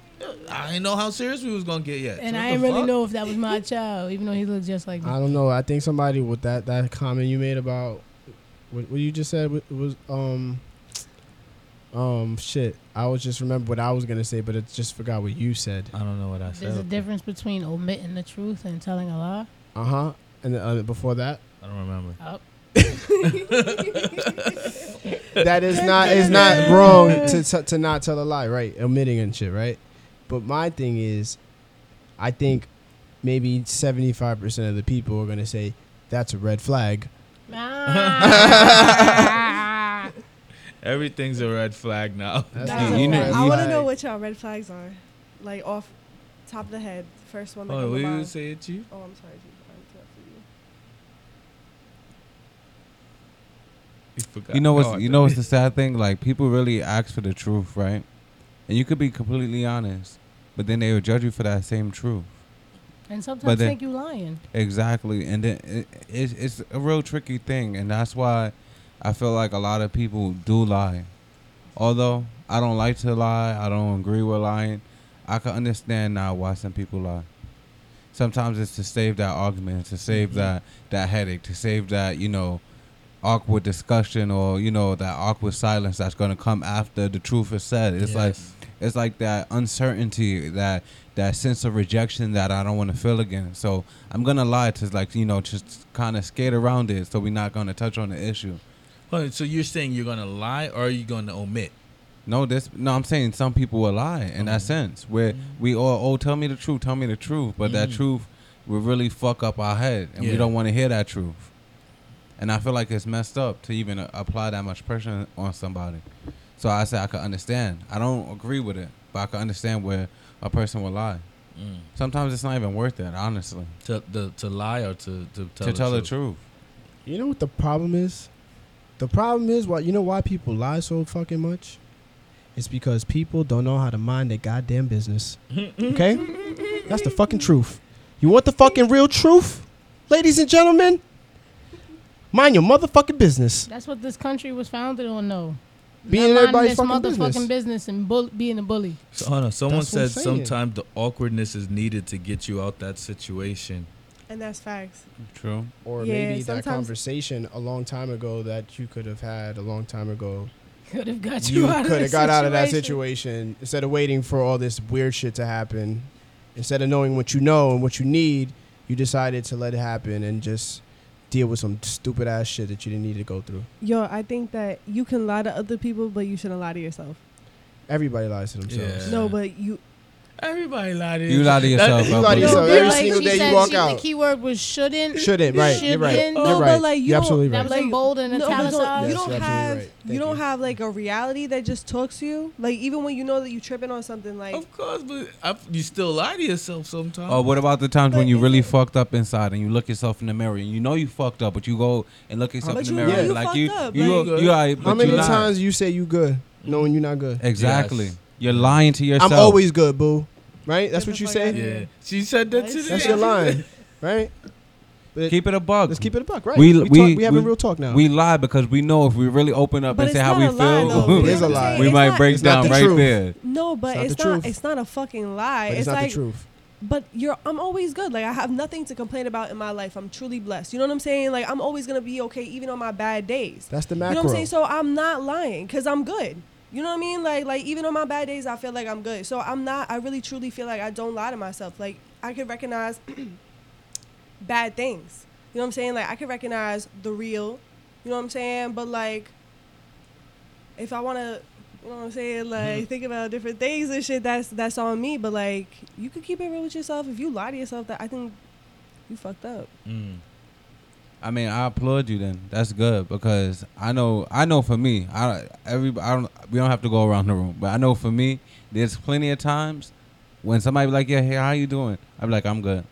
S2: I ain't know how serious we was gonna get yet.
S4: And
S2: What
S4: I
S2: the
S4: ain't really
S2: fuck?
S4: know if that was my child, even though he looked just like me.
S3: I don't know. I think somebody with that that comment you made about what, what you just said wa- was um um shit. I was just remember what I was gonna say, but I just forgot what you said.
S2: I don't know what I said.
S4: There's a difference between omitting the truth and telling a lie.
S3: Uh huh. And uh, before that,
S2: I don't remember.
S3: that is not it's not wrong to, to to not tell a lie, right? Omitting and shit, right? But my thing is, I think maybe seventy five percent of the people are gonna say that's a red flag.
S4: Ah.
S2: Everything's a red flag now.
S3: That's
S5: That's
S3: not
S5: a
S3: a
S6: know-
S5: fact.
S3: red
S5: I want to
S3: flag.
S5: know what y'all red flags are, like off top of the head. First one. That
S2: Oh,
S5: come
S2: what
S5: to
S2: you
S5: mind.
S2: say it, you?
S5: Oh, I'm sorry. Chief. I interrupted you.
S2: You forgot.
S6: You
S2: Oh,
S6: know
S2: I
S6: what's you
S2: thought-
S6: know what's the sad thing? Like people really ask for the truth, right? And you could be completely honest, but then they will judge you for that same truth.
S4: and
S6: But
S4: sometimes
S6: then-
S4: think you lying.
S6: Exactly, and then it, it's it's a real tricky thing, and that's why I feel like a lot of people do lie. Although I don't like to lie, I don't agree with lying. I can understand now why some people lie. Sometimes it's to save that argument, to save
S2: Mhm.
S6: that that headache, to save that you know awkward discussion or you know that awkward silence that's going to come after the truth is said. It's like
S2: Yes.
S6: it's like that uncertainty, that that sense of rejection that I don't want to feel again. So I'm gonna lie to like you know just kind of skate around it, so we're not gonna touch on the issue.
S2: Hold on, so you're saying you're gonna lie or are you gonna omit?
S6: No, this no. I'm saying some people will lie in that sense where we all oh tell me the truth, tell me the truth, but that
S2: Mm.
S6: truth will really fuck up our head, and
S2: Yeah.
S6: we don't want to hear that truth. And I feel like it's messed up to even uh, apply that much pressure on somebody. So I say I can understand. I don't agree with it, but I can understand where a person will lie.
S2: Mm.
S6: Sometimes it's not even worth it, honestly,
S2: To the to lie or to to tell,
S6: to tell the truth.
S3: You know what the problem is? The problem is why you know why people lie so fucking much? It's because people don't know how to mind their goddamn business. Okay? That's the fucking truth. You want the fucking real truth? Ladies and gentlemen, mind your motherfucking business.
S4: That's what this country was founded on, though.
S3: Being
S4: Not minding
S3: everybody's
S4: this
S3: fucking
S4: motherfucking
S3: business.
S4: business, and bull- being a bully.
S2: So, hold on, someone
S3: That's what I'm
S2: said
S3: saying.
S2: sometimes the awkwardness is needed to get you out that situation.
S5: And that's facts.
S6: True.
S3: Or
S5: Yeah,
S3: maybe that
S5: sometimes-
S3: conversation a long time ago that you could have had a long time ago.
S4: Could have got you,
S3: You
S4: out of
S3: could
S4: that
S3: have got out of that situation instead of waiting for all this weird shit to happen. Instead of knowing what you know and what you need, you decided to let it happen and just deal with some stupid ass shit that you didn't need to go through.
S5: Yo, I think that you can lie to other people, but you shouldn't lie to yourself.
S3: Everybody lies to themselves.
S2: Yeah.
S5: No, but you.
S2: Everybody lie to
S6: You lie to yourself.
S3: You lie to
S6: Bubba.
S3: yourself.
S4: You're
S3: Every
S4: right,
S3: single
S4: she
S3: day
S4: said
S3: you walk
S4: she-
S3: out.
S4: The key word was shouldn't.
S3: Shouldn't, right. You're right.
S4: Shouldn't.
S3: Oh,
S4: Oh.
S3: You're
S5: No,
S3: right.
S5: but, like, you
S3: You're absolutely
S4: That
S3: right.
S4: was in bold and
S5: no, but don't,
S4: italicized.
S5: you
S3: Yes,
S5: don't
S3: you're absolutely
S5: have
S3: right.
S5: you
S3: Thank
S5: don't
S3: you.
S5: have like a reality that just talks to you. Like even when you know that you tripping on something, like
S3: Oh.
S2: Of course, but I, you still lie to yourself sometimes.
S6: Oh, what about the times when
S5: But
S6: you
S5: is
S6: really
S5: it-
S6: fucked up inside and you look yourself in the mirror and you know you fucked up, but you go and look yourself
S5: But
S6: in the
S5: you
S6: mirror
S5: know
S6: and
S5: you
S6: be like
S5: fucked
S6: you,
S5: up,
S6: you,
S2: like-
S6: you, all right, but
S3: How many
S6: you lying.
S3: times you say you good, knowing you're not good?
S6: Exactly,
S2: Yes.
S6: you're lying to yourself.
S3: I'm always good, boo. Right? That's
S5: Get
S3: what
S5: the
S3: you
S5: fuck
S3: say.
S5: outta here.
S2: yeah, she said that today.
S3: That's your line, right? But
S6: keep it a bug.
S3: let's keep it a buck, right?
S6: We-
S3: We we,
S6: we-
S3: talk, we having
S6: we-
S3: real talk now.
S6: We lie because we know if we really open up
S5: But
S6: and
S5: it's
S6: say how
S5: not
S6: we
S5: a
S6: feel,
S5: lie, though.
S3: It is a lie.
S6: we
S5: It's
S6: might
S5: not-
S6: break
S3: It's not
S6: down
S3: the
S6: right
S3: truth.
S6: there.
S5: no, but
S3: not
S5: it's
S3: the
S5: not.
S3: truth.
S5: It's not a fucking lie.
S3: but it's, not
S5: like
S3: the truth.
S5: but you're I'm always good. Like I have nothing to complain about in my life. I'm truly blessed. You know what I'm saying? Like I'm always gonna be okay even on my bad days.
S3: That's the
S5: You know
S3: macro.
S5: what I'm saying? So I'm not lying because I'm good. You know what I mean? Like like even on my bad days, I feel like I'm good. So I'm not. I really truly feel like I don't lie to myself. Like I can recognize bad things. You know what I'm saying? Like I can recognize the real. You know what I'm saying? But like, if I want to. You know what I'm saying? Like think about different things and shit. That's that's on me. But like, you could keep it real with yourself. If you lie to yourself, that I think you fucked up.
S2: Mm.
S6: I mean, I applaud you. Then that's good because I know, I know for me, I every I don't we don't have to go around the room, but I know for me, there's plenty of times when somebody be like, "Yeah, hey, how you doing?" I'm like, "I'm good,"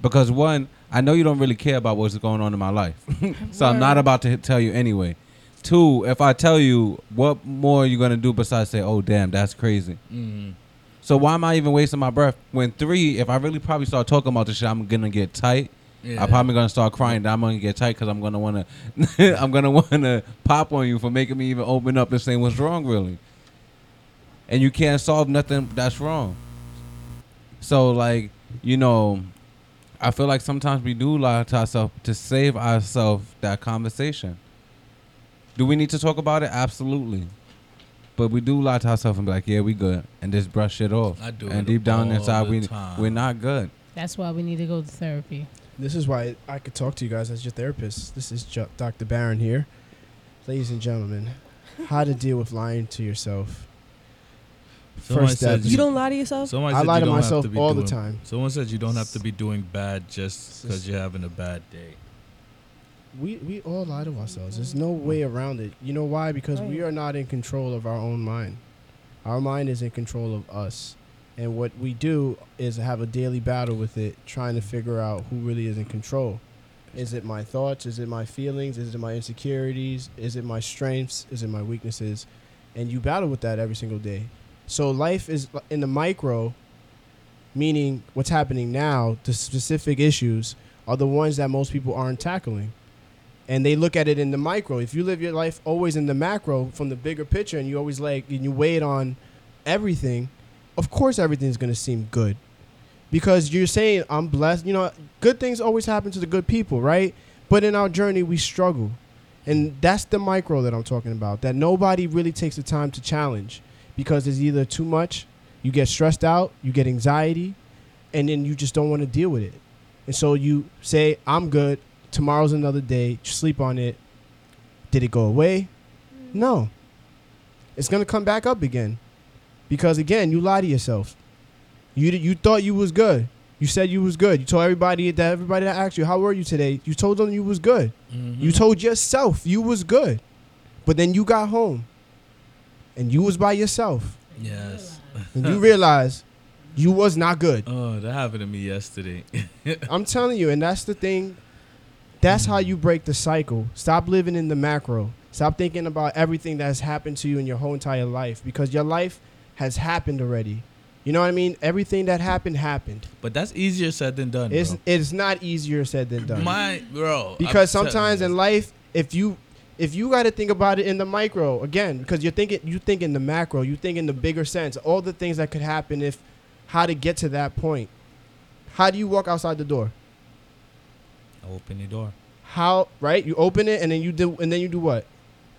S6: because one, I know you don't really care about what's going on in my life, so I'm not
S4: Word.
S6: about to h- tell you anyway. Two, if I tell you, what more are you gonna do besides say, "Oh, damn, that's crazy."
S2: Mm.
S6: So why am I even wasting my breath? When three, if I really probably start talking about this shit, I'm gonna get tight
S2: Yeah.
S6: I'm probably gonna start crying. Then I'm gonna get tight because I'm gonna wanna, I'm gonna wanna pop on you for making me even open up and saying what's wrong really. And you can't solve nothing that's wrong. So like you know, I feel like sometimes we do lie to ourselves to save ourselves that conversation. Do we need to talk about it? Absolutely. But we do lie to ourselves and be like, yeah, we good, and just brush it off.
S2: I do.
S6: And
S2: it
S6: deep down
S2: all
S6: inside,
S2: the
S6: we
S2: time.
S6: we're not good.
S4: That's why we need to go to therapy.
S3: This is why I could talk to you guys as your therapist. This is Jo- Dr. Barron here. Ladies and gentlemen, how to deal with lying to yourself.
S2: Someone
S3: First step.
S2: said
S5: You don't lie to yourself.
S2: Someone
S3: I
S2: said
S3: lie
S2: you
S3: to
S2: don't have
S3: myself
S2: be
S3: all the
S2: doing-
S3: time.
S2: Someone said you don't have to be doing bad just because you're having a bad day.
S3: We, we all lie to ourselves. There's no way around it. You know why? Because we
S5: Right.
S3: are not in control of our own mind. Our mind is in control of us. And what we do is have a daily battle with it, trying to figure out who really is in control. Is it my thoughts? Is it my feelings? Is it my insecurities? Is it my strengths? Is it my weaknesses? And you battle with that every single day. So life is li- in the micro, meaning what's happening now, the specific issues are the ones that most people aren't tackling. And they look at it in the micro. If you live your life always in the macro from the bigger picture and you always like and you weigh it on everything, of course everything's gonna seem good. Because you're saying I'm blessed, you know, good things always happen to the good people, right? But in our journey we struggle. And that's the micro that I'm talking about. That nobody really takes the time to challenge because it's either too much, you get stressed out, you get anxiety, and then you just don't want to deal with it. And so you say, I'm good. Tomorrow's another day. Sleep on it. Did it go away? No. It's going to come back up again. Because again, you lie to yourself. You, d- you thought you was good. You said you was good. You told everybody that everybody that asked you, how were you today? You told them you was good. You
S2: Mm-hmm. Mm.
S3: told yourself you was good. But then you got home and you was by yourself
S2: yes.
S3: and you realized you was not good.
S2: Oh, that happened to me yesterday.
S3: I'm telling you, and that's the thing. That's how you break the cycle. Stop living in the macro. Stop thinking about everything that's happened to you in your whole entire life because your life has happened already. You know what I mean? Everything that happened happened.
S2: but that's easier said than done.
S3: It's
S2: bro.
S3: it's not easier said than done.
S2: My bro.
S3: because sometimes in life, if you if you got to think about it in the micro again, because you're thinking you think in the macro, you think in the bigger sense, all the things that could happen if how to get to that point. How do you walk outside the door?
S2: open the door.
S3: how right you open it and then you do and then you do what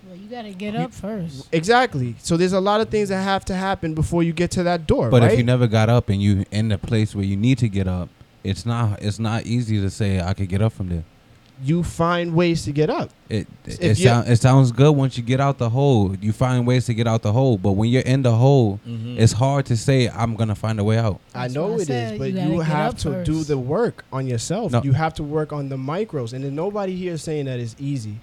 S4: Well, you gotta get
S3: You-
S4: up first.
S3: exactly so there's a lot of things that have to happen before you get to that door
S6: But
S3: right?
S6: if you never got up and you in the place where you need to get up, it's not it's not easy to say I could get up from there.
S3: you find ways to get up
S6: It
S3: If
S6: it, it,
S3: you-
S6: sound, it sounds good once you get out the hole. You find ways to get out the hole, but when you're in the hole,
S3: Mm-hmm. Mm.
S2: Mhm.
S6: it's hard to say I'm gonna find a way out.
S3: i
S4: That's
S3: know
S4: what I
S3: it is,
S4: said,
S3: but
S4: you
S3: you,
S4: gotta get
S3: have
S4: up
S3: to
S4: first.
S3: do the work on yourself
S6: No.
S3: you have to work on the micros and then nobody here is saying that is easy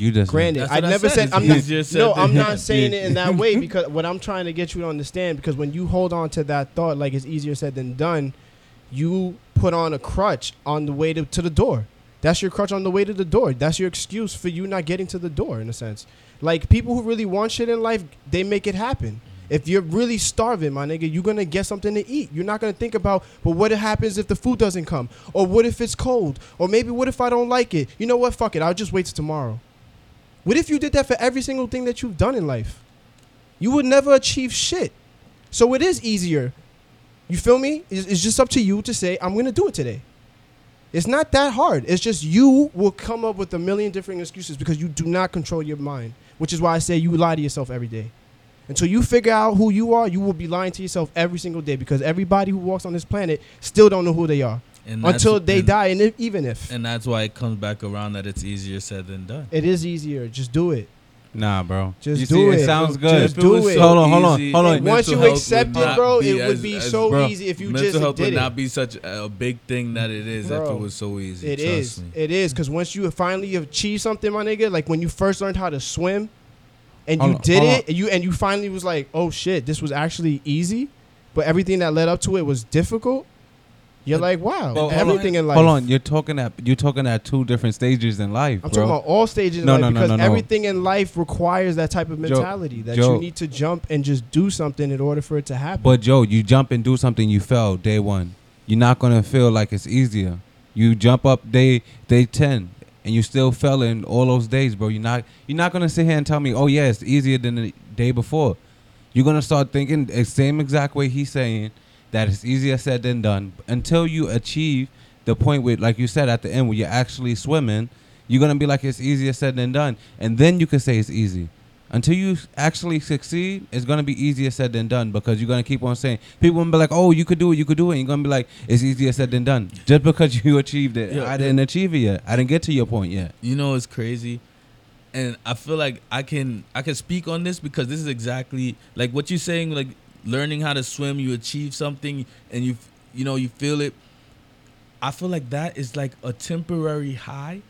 S6: You just
S3: granted
S2: That's
S3: i
S2: what I
S3: never
S2: said,
S3: said,
S2: it's
S3: i'm not
S2: easier said
S3: no
S2: than
S3: i'm
S2: done.
S3: not saying it in that way because what i'm trying to get you to understand because when you hold on to that thought like it's easier said than done you put on a crutch on the way to, to the door that's your crutch on the way to the door that's your excuse for you not getting to the door in a sense like people who really want shit in life they make it happen if you're really starving, my nigga, you're gonna get something to eat. You're not gonna think about, but what happens if the food doesn't come? Or what if it's cold? Or maybe what if I don't like it? You know what? Fuck it. I'll just wait till tomorrow. What if you did that for every single thing that you've done in life? You would never achieve shit. So it is easier. You feel me? It's, it's just up to you to say, I'm going to do it today. It's not that hard. It's just you will come up with a million different excuses because you do not control your mind, which is why I say you lie to yourself every day. Until you figure out who you are, you will be lying to yourself every single day because everybody who walks on this planet still don't know who they are
S2: And that's-
S3: until they
S2: and-
S3: die, and if, even if.
S2: And that's why it comes back around that it's easier said than done.
S3: It is easier. Just do it.
S6: Nah, bro.
S3: Just
S6: you
S3: do
S6: see,
S3: it.
S6: sounds
S3: Just
S6: good.
S3: Just do it.
S6: Hold on, hold on, hold on.
S3: And once you
S2: mental health
S3: accept
S2: would
S3: it,
S2: not
S3: bro,
S2: be
S3: it would
S2: as-
S3: be
S2: as-
S3: so
S6: bro,
S3: easy if you
S2: mental
S3: just
S2: health
S3: did
S2: would
S3: it.
S2: not be such a a big thing that it is if
S3: Bro,
S2: it was so easy.
S3: It
S2: trust
S3: is.
S2: Me.
S3: It is because once you finally achieve something, my nigga, like when you first learned how to swim, and you
S6: Hold on,
S3: did
S6: hold
S3: it, and you and you finally was like, oh shit, this was actually easy, but everything that led up to it was difficult. You're like,
S6: But-
S3: wow,
S6: but hold
S3: everything in life.
S6: Hold on, you're talking at you're talking at two different stages in life,
S3: I'm
S6: bro.
S3: talking about all stages
S6: No,
S3: in
S6: no,
S3: life
S6: no,
S3: because
S6: no, no.
S3: everything in life requires that type of
S6: Joe,
S3: mentality that
S6: Joe.
S3: you need to jump and just do something in order for it to happen.
S6: But Joe, you jump and do something, you fell day one. You're not gonna feel like it's easier. You jump up day day ten, and you still fell in all those days, bro. You're not you're not gonna sit here and tell me, oh yeah, it's easier than the day before. You're gonna start thinking the same exact way he's saying that it's easier said than done until you achieve the point where, like you said at the end, where you're actually swimming. You're gonna be like it's easier said than done, and then you can say it's easy. Until you actually succeed, it's gonna be easier said than done because you're gonna keep on saying people gonna be like, "Oh, you could do it, you could do it." And you're gonna be like, "It's easier said than done." Just because you achieved it,
S2: Yeah,
S6: I
S2: yeah.
S6: didn't achieve it yet. I didn't get to your point yet.
S2: You know it's crazy, and I feel like I can I can speak on this because this is exactly like what you're saying. Like learning how to swim, you achieve something, and you f- you know you feel it. I feel like that is like a temporary high,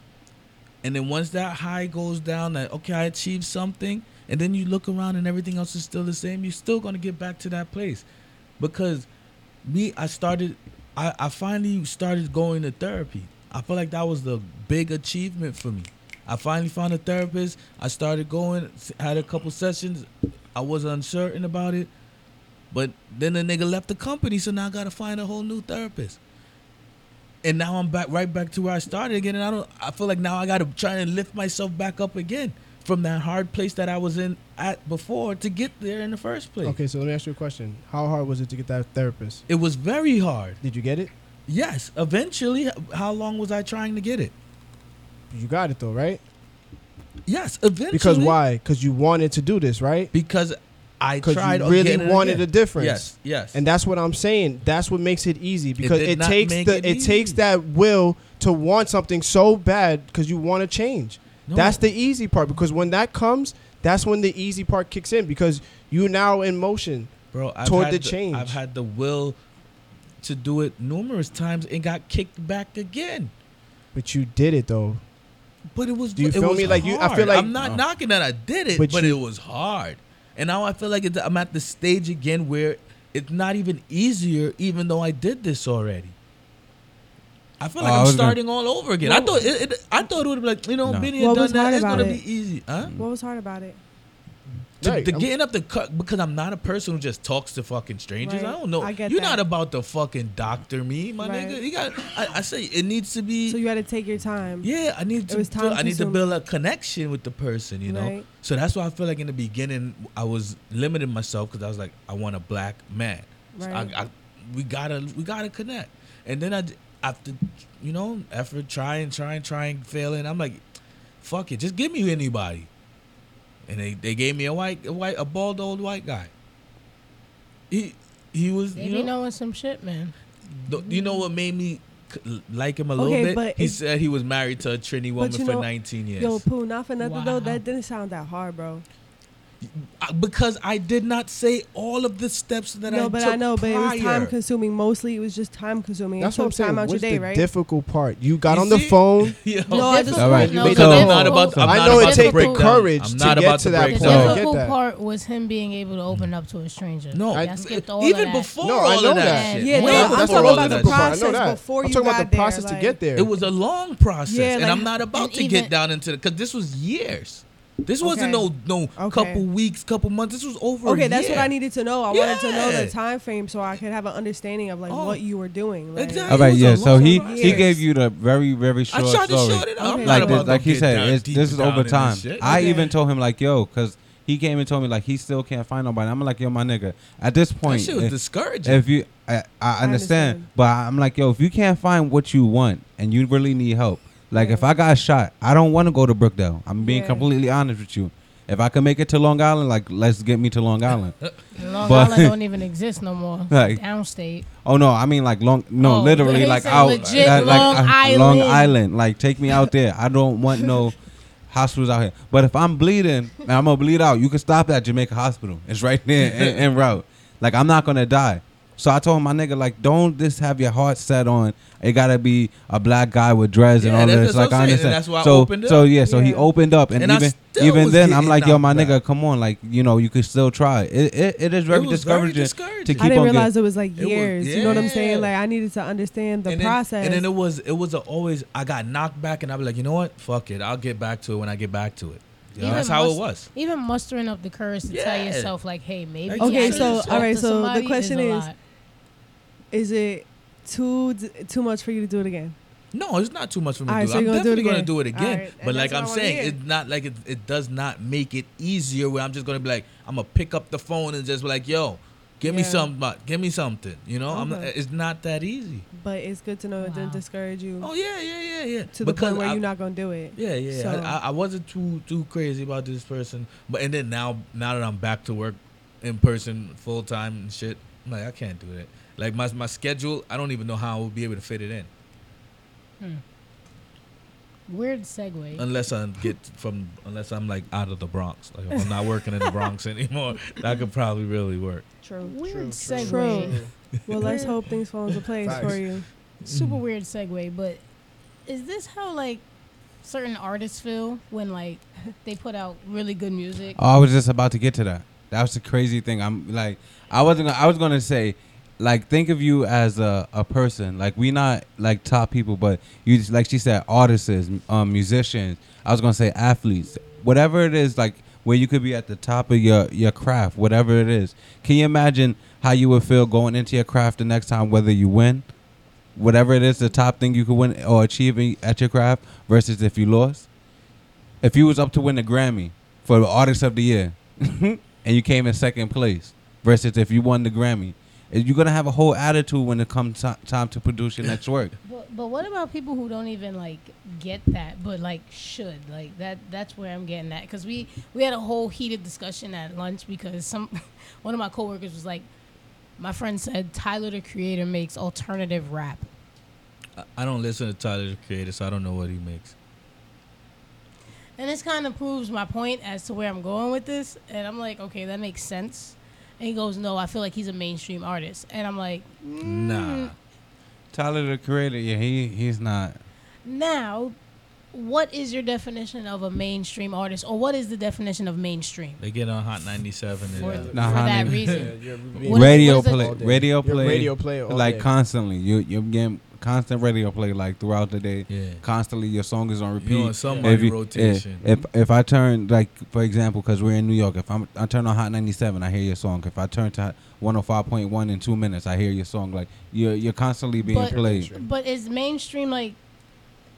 S2: and then once that high goes down, like okay, I achieved something, and then you look around and everything else is still the same. You're still gonna get back to that place, because me, I started, I, I finally started going to therapy. I feel like that was the big achievement for me. I finally found a therapist. I started going, s- had a couple sessions. I was uncertain about it, but then the nigga left the company, so now I gotta find a whole new therapist. And now I'm back, right back to where I started again. And I don't, I feel like now I gotta try and lift myself back up again from that hard place that I was in at before to get there in the first place.
S3: Okay, so let me ask you a question. How hard was it to get that therapist?
S2: It was very hard.
S3: Did you get it?
S2: Yes, eventually. h- How long was I trying to get it?
S3: You got it though, right?
S2: Yes, eventually.
S3: Because why? Because you wanted to do this, right?
S2: Because I
S3: Because
S2: tried.
S3: you really
S2: again and
S3: wanted
S2: again.
S3: a difference.
S2: Yes, yes.
S3: And that's what I'm saying. That's what makes it easy because
S2: did
S3: it,
S2: not
S3: takes
S2: make
S3: the
S2: it
S3: it, takes
S2: easy.
S3: that will to want something so bad because you want to change.
S2: No.
S3: That's the easy part because when that comes, that's when the easy part kicks in because you now in motion.
S2: bro I've
S3: toward
S2: had
S3: the change.
S2: I've had the will to do it numerous times and got kicked back again.
S3: But you did it though.
S2: But it was.
S3: Do you
S2: it
S3: feel
S2: was
S3: me? Like, you- I feel
S2: hard.
S3: like-
S2: I'm not
S6: No.
S2: knocking that I did it, but,
S3: But you-
S2: it was hard. And now I feel like it's, I'm at the stage again where it's not even easier, even though I did this already. I feel like
S6: Oh, I
S2: I'm
S6: was gonna-
S2: starting all over again. I thought it, it, I thought it would be like you know,
S6: No.
S2: been here,
S5: What
S2: done
S5: was
S2: that.
S5: hard
S2: It's
S5: about
S2: gonna
S5: it?
S2: be easy, huh?
S5: What was hard about it?
S2: to,
S3: Mm. Right,
S2: to
S3: I'm-
S2: getting up the cut because I'm not a person who just talks to fucking strangers.
S5: Right,
S2: I don't know.
S5: I get
S2: You're
S5: that.
S2: not about to fucking doctor me, my
S5: Right.
S2: nigga. You got. I, I say it needs to be.
S5: So you had to take your time.
S2: yeah, I need to.
S5: was
S2: build- I need to
S5: time-consuming.
S2: build a connection with the person, you know.
S5: Right.
S2: So that's why I feel like in the beginning I was limiting myself because I was like, I want a black man. So
S5: Right.
S2: I, I, we gotta, we gotta connect. And then I, d- after, you know, effort, trying, trying, trying, failing, I'm like, fuck it, just give me anybody. And they, they gave me a white, a white, a bald old white guy. He, he was,
S4: They
S2: you
S4: be
S2: know,
S4: knowing some shit, man.
S2: no- you know what made me c- like him a little
S5: Okay,
S2: bit?
S5: but
S2: he
S5: it's-
S2: said he was married to a Trini woman
S5: you
S2: for
S5: know-
S2: 19 years.
S5: Yo, Pooh, not for nothing
S4: Wow.
S5: though. That didn't sound that hard, bro.
S2: I- because I did not say all of the steps that I
S5: no, but
S2: took
S5: I know, but it was
S2: prior.
S5: time consuming. Mostly, it was just time consuming.
S3: That's
S5: it
S3: what I'm
S5: took
S3: saying.
S5: time out
S3: What's
S5: your day,
S3: the
S5: right?
S3: difficult part? You got
S2: You
S3: on the
S2: see?
S3: phone.
S2: Yo.
S5: No, I just-
S6: All right,
S4: No,
S6: because I'm
S4: the
S2: not about to- I'm
S3: I
S2: not
S3: know
S2: about
S3: it
S2: to
S3: takes
S2: break down.
S3: courage
S2: I'm
S3: to
S2: not
S3: get
S2: about
S3: to
S2: to
S3: that
S2: break
S4: The
S3: point.
S2: down.
S3: I
S2: So-
S3: get
S4: difficult
S3: that.
S4: part was him being able to open up to a stranger.
S2: No,
S4: I,
S3: I-
S4: skipped all
S2: even
S4: of that.
S2: before
S3: No, I
S2: all
S3: know
S2: of that,
S3: that.
S2: shit.
S5: Yeah,
S2: way
S5: no, I'm
S2: before
S5: talking
S2: all
S5: about
S2: of
S5: the
S2: that
S5: process.
S2: shit.
S3: I know that.
S5: before
S3: I'm
S5: you
S3: talking about
S5: got
S3: the
S5: there,
S3: process to
S5: like-
S3: get there.
S2: It was a long process,
S5: Yeah,
S2: and
S5: like-
S2: I'm not about
S4: and
S2: to
S4: even-
S2: get down into the because this was years. This wasn't
S5: Okay.
S2: no no
S5: Okay.
S2: couple weeks, couple months. This was over. a
S5: Okay, that's what
S2: year.
S5: I needed to know. I wanted to know
S2: Yeah.
S5: the time frame so I could have an understanding of like
S2: Oh.
S5: what you were doing. Like,
S2: Exactly.
S6: All right,
S2: was a
S6: yeah. So
S2: long
S6: he
S5: process.
S6: he gave you the very very
S2: I
S6: short
S2: tried to
S6: story.
S2: short it out. I'm
S5: Okay.
S2: not
S6: like
S2: about
S6: this, like
S2: to
S6: he
S2: get down
S6: said, it's,
S2: deep
S6: this is
S2: down in
S6: over
S2: this
S6: time.
S2: shit.
S6: I
S5: Okay.
S6: even told him like, yo, because he came and told me like he still can't find nobody. I'm like, yo, my nigga, at this
S2: that
S6: point,
S2: shit was
S6: if-
S2: discouraging.
S6: if you, I, I, understand,
S5: understand.
S6: but I'm like, yo, if you can't find what you want and you really need help, like if I got shot, I don't want to go to Brookdale. I'm being
S5: Yeah.
S6: completely honest with you. If I can make it to Long Island, like let's get me to Long Island.
S4: Long
S6: But-
S4: Island don't even exist no more.
S6: Like-
S4: Downstate.
S6: Oh no, I mean like long. No,
S4: Oh,
S6: literally
S4: he
S6: like
S4: said
S6: out.
S4: legit
S6: that-
S4: Long
S6: uh, Long
S4: Island.
S6: Island. Like take me out there. I don't want no hospitals out here. But if I'm bleeding and I'm gonna bleed out, you can stop at Jamaica Hospital. It's right there en, en route. Like I'm not gonna die. So I told my nigga like, don't just have your heart set on. It gotta be a black guy with dreads and
S2: Yeah,
S6: all
S2: that's-
S6: this.
S2: that's
S6: Like
S2: what
S6: I
S2: I'm saying, and
S6: understand.
S2: that's why I
S6: so
S2: opened
S6: so
S2: up.
S6: yeah. So he
S5: Yeah.
S6: opened up and,
S2: And I
S6: even
S2: still
S6: even
S2: was
S6: then I'm
S2: getting
S6: like, yo, my
S2: knocked back.
S6: nigga, come on. Like you know, you could still try. It it, it is very
S2: It was very
S6: discouraging.
S2: discouraging.
S6: To
S2: I
S6: keep
S5: I didn't
S6: on getting-
S5: realize it was like
S2: It was-
S5: years. You know what I'm
S2: yeah.
S5: saying? Like I needed to understand the
S2: and then,
S5: process.
S2: And then it was it was a always I got knocked back, and I'd be like, you know what, fuck it, I'll get back to it when I get back to it.
S4: Even
S2: That's how it
S4: must-
S2: was.
S4: Even mustering up the courage to tell
S2: Yeah.
S4: yourself, like, hey, maybe.
S2: Like,
S5: Okay,
S4: I
S5: so,
S4: should talk
S5: all right,
S4: to
S5: so the
S4: somebody
S5: question
S4: a
S5: is-
S4: lot.
S5: is it too d- too much for you to do it again?
S2: No, it's not too much for me
S5: All
S2: to
S5: right,
S2: do.
S5: so
S2: I'm
S5: you're gonna do it
S2: definitely going to
S5: again.
S2: do it again.
S5: All right,
S2: But
S5: and
S2: like
S5: that's
S2: I'm
S5: what I wanna
S2: saying,
S5: hear.
S2: it's not like it, it does not make it easier where I'm just going to be like, I'm going to pick up the phone and just be like, yo, give me
S5: Yeah.
S2: something. Give me something. You know, I'm,
S5: Okay.
S2: it's not that easy.
S5: But it's good to know it
S4: Wow.
S5: didn't discourage you
S2: Oh, yeah, yeah, yeah, yeah.
S5: to the
S2: Because
S5: point where
S2: I-
S5: you're not gonna do it.
S2: Yeah, yeah.
S5: So-
S2: I, I, I wasn't too too crazy about this person, but and then now now that I'm back to work in person full time and shit, I'm like I can't do that. Like my my schedule, I don't even know how I will be able to fit it in
S4: Weird segue.
S2: unless I get from unless I'm like out of the Bronx. Like if I'm not working in the Bronx anymore, that could probably really work.
S5: True.
S4: Weird
S5: true.
S4: segue.
S5: True. Well, let's hope things fall into place
S3: Facts.
S5: for you.
S4: Super
S5: Mm-hmm.
S4: weird segue, but is this how like certain artists feel when like they put out really good music?
S6: Oh, I was just about to get to that. That was the crazy thing. I'm like, I wasn't. Gonna, I was gonna say, like, think of you as a, a person. Like, we not like top people, but you just- like she said, artists, um, musicians. I was gonna say athletes. Whatever it is, like where you could be at the top of your your craft, whatever it is. Can you imagine how you would feel going into your craft the next time, whether you win, whatever it is, the top thing you could win or achieve in- at your craft, versus if you lost. If you was up to win the Grammy, for the artist of the year and you came in second place versus if you won the Grammy. Is You're gonna have a whole attitude when it comes ti- time to produce your next work.
S4: But, but what about people who don't even like get that, but like should like that? That's where I'm getting that because we we had a whole heated discussion at lunch because some one of my coworkers was like, my friend said Tyler the Creator makes alternative rap.
S2: I, I don't listen to Tyler the Creator, so I don't know what he makes.
S4: And this kind of proves my point as to where I'm going with this. And I'm like, okay, that makes sense. And he goes, no, I feel like he's a mainstream artist. And I'm like, "Mm,
S2: Nah,
S6: Tyler the Creator, yeah, he he's not.
S4: now, what is your definition of a mainstream artist, or what is the definition of mainstream?
S2: they get on Hot 97 and
S4: For,
S2: uh,
S4: for
S6: Nah,
S4: that
S6: honey.
S4: reason, What is-
S6: Radio
S4: what is it-
S6: play,
S3: All day.
S6: radio
S3: Your
S6: play,
S3: radio play all
S6: like
S3: day.
S6: constantly. You you're getting constant radio play like throughout the day.
S2: yeah.
S6: Constantly, your song is on repeat.
S2: You're on somebody
S6: you-
S2: rotation.
S6: If, if if I turn like for example, because we're in New York, if I'm I turn on Hot 97, I hear your song. If I turn to oh Hot 105.1 in two minutes, I hear your song. Like you're you're constantly being
S4: But-
S6: played.
S4: but is mainstream like,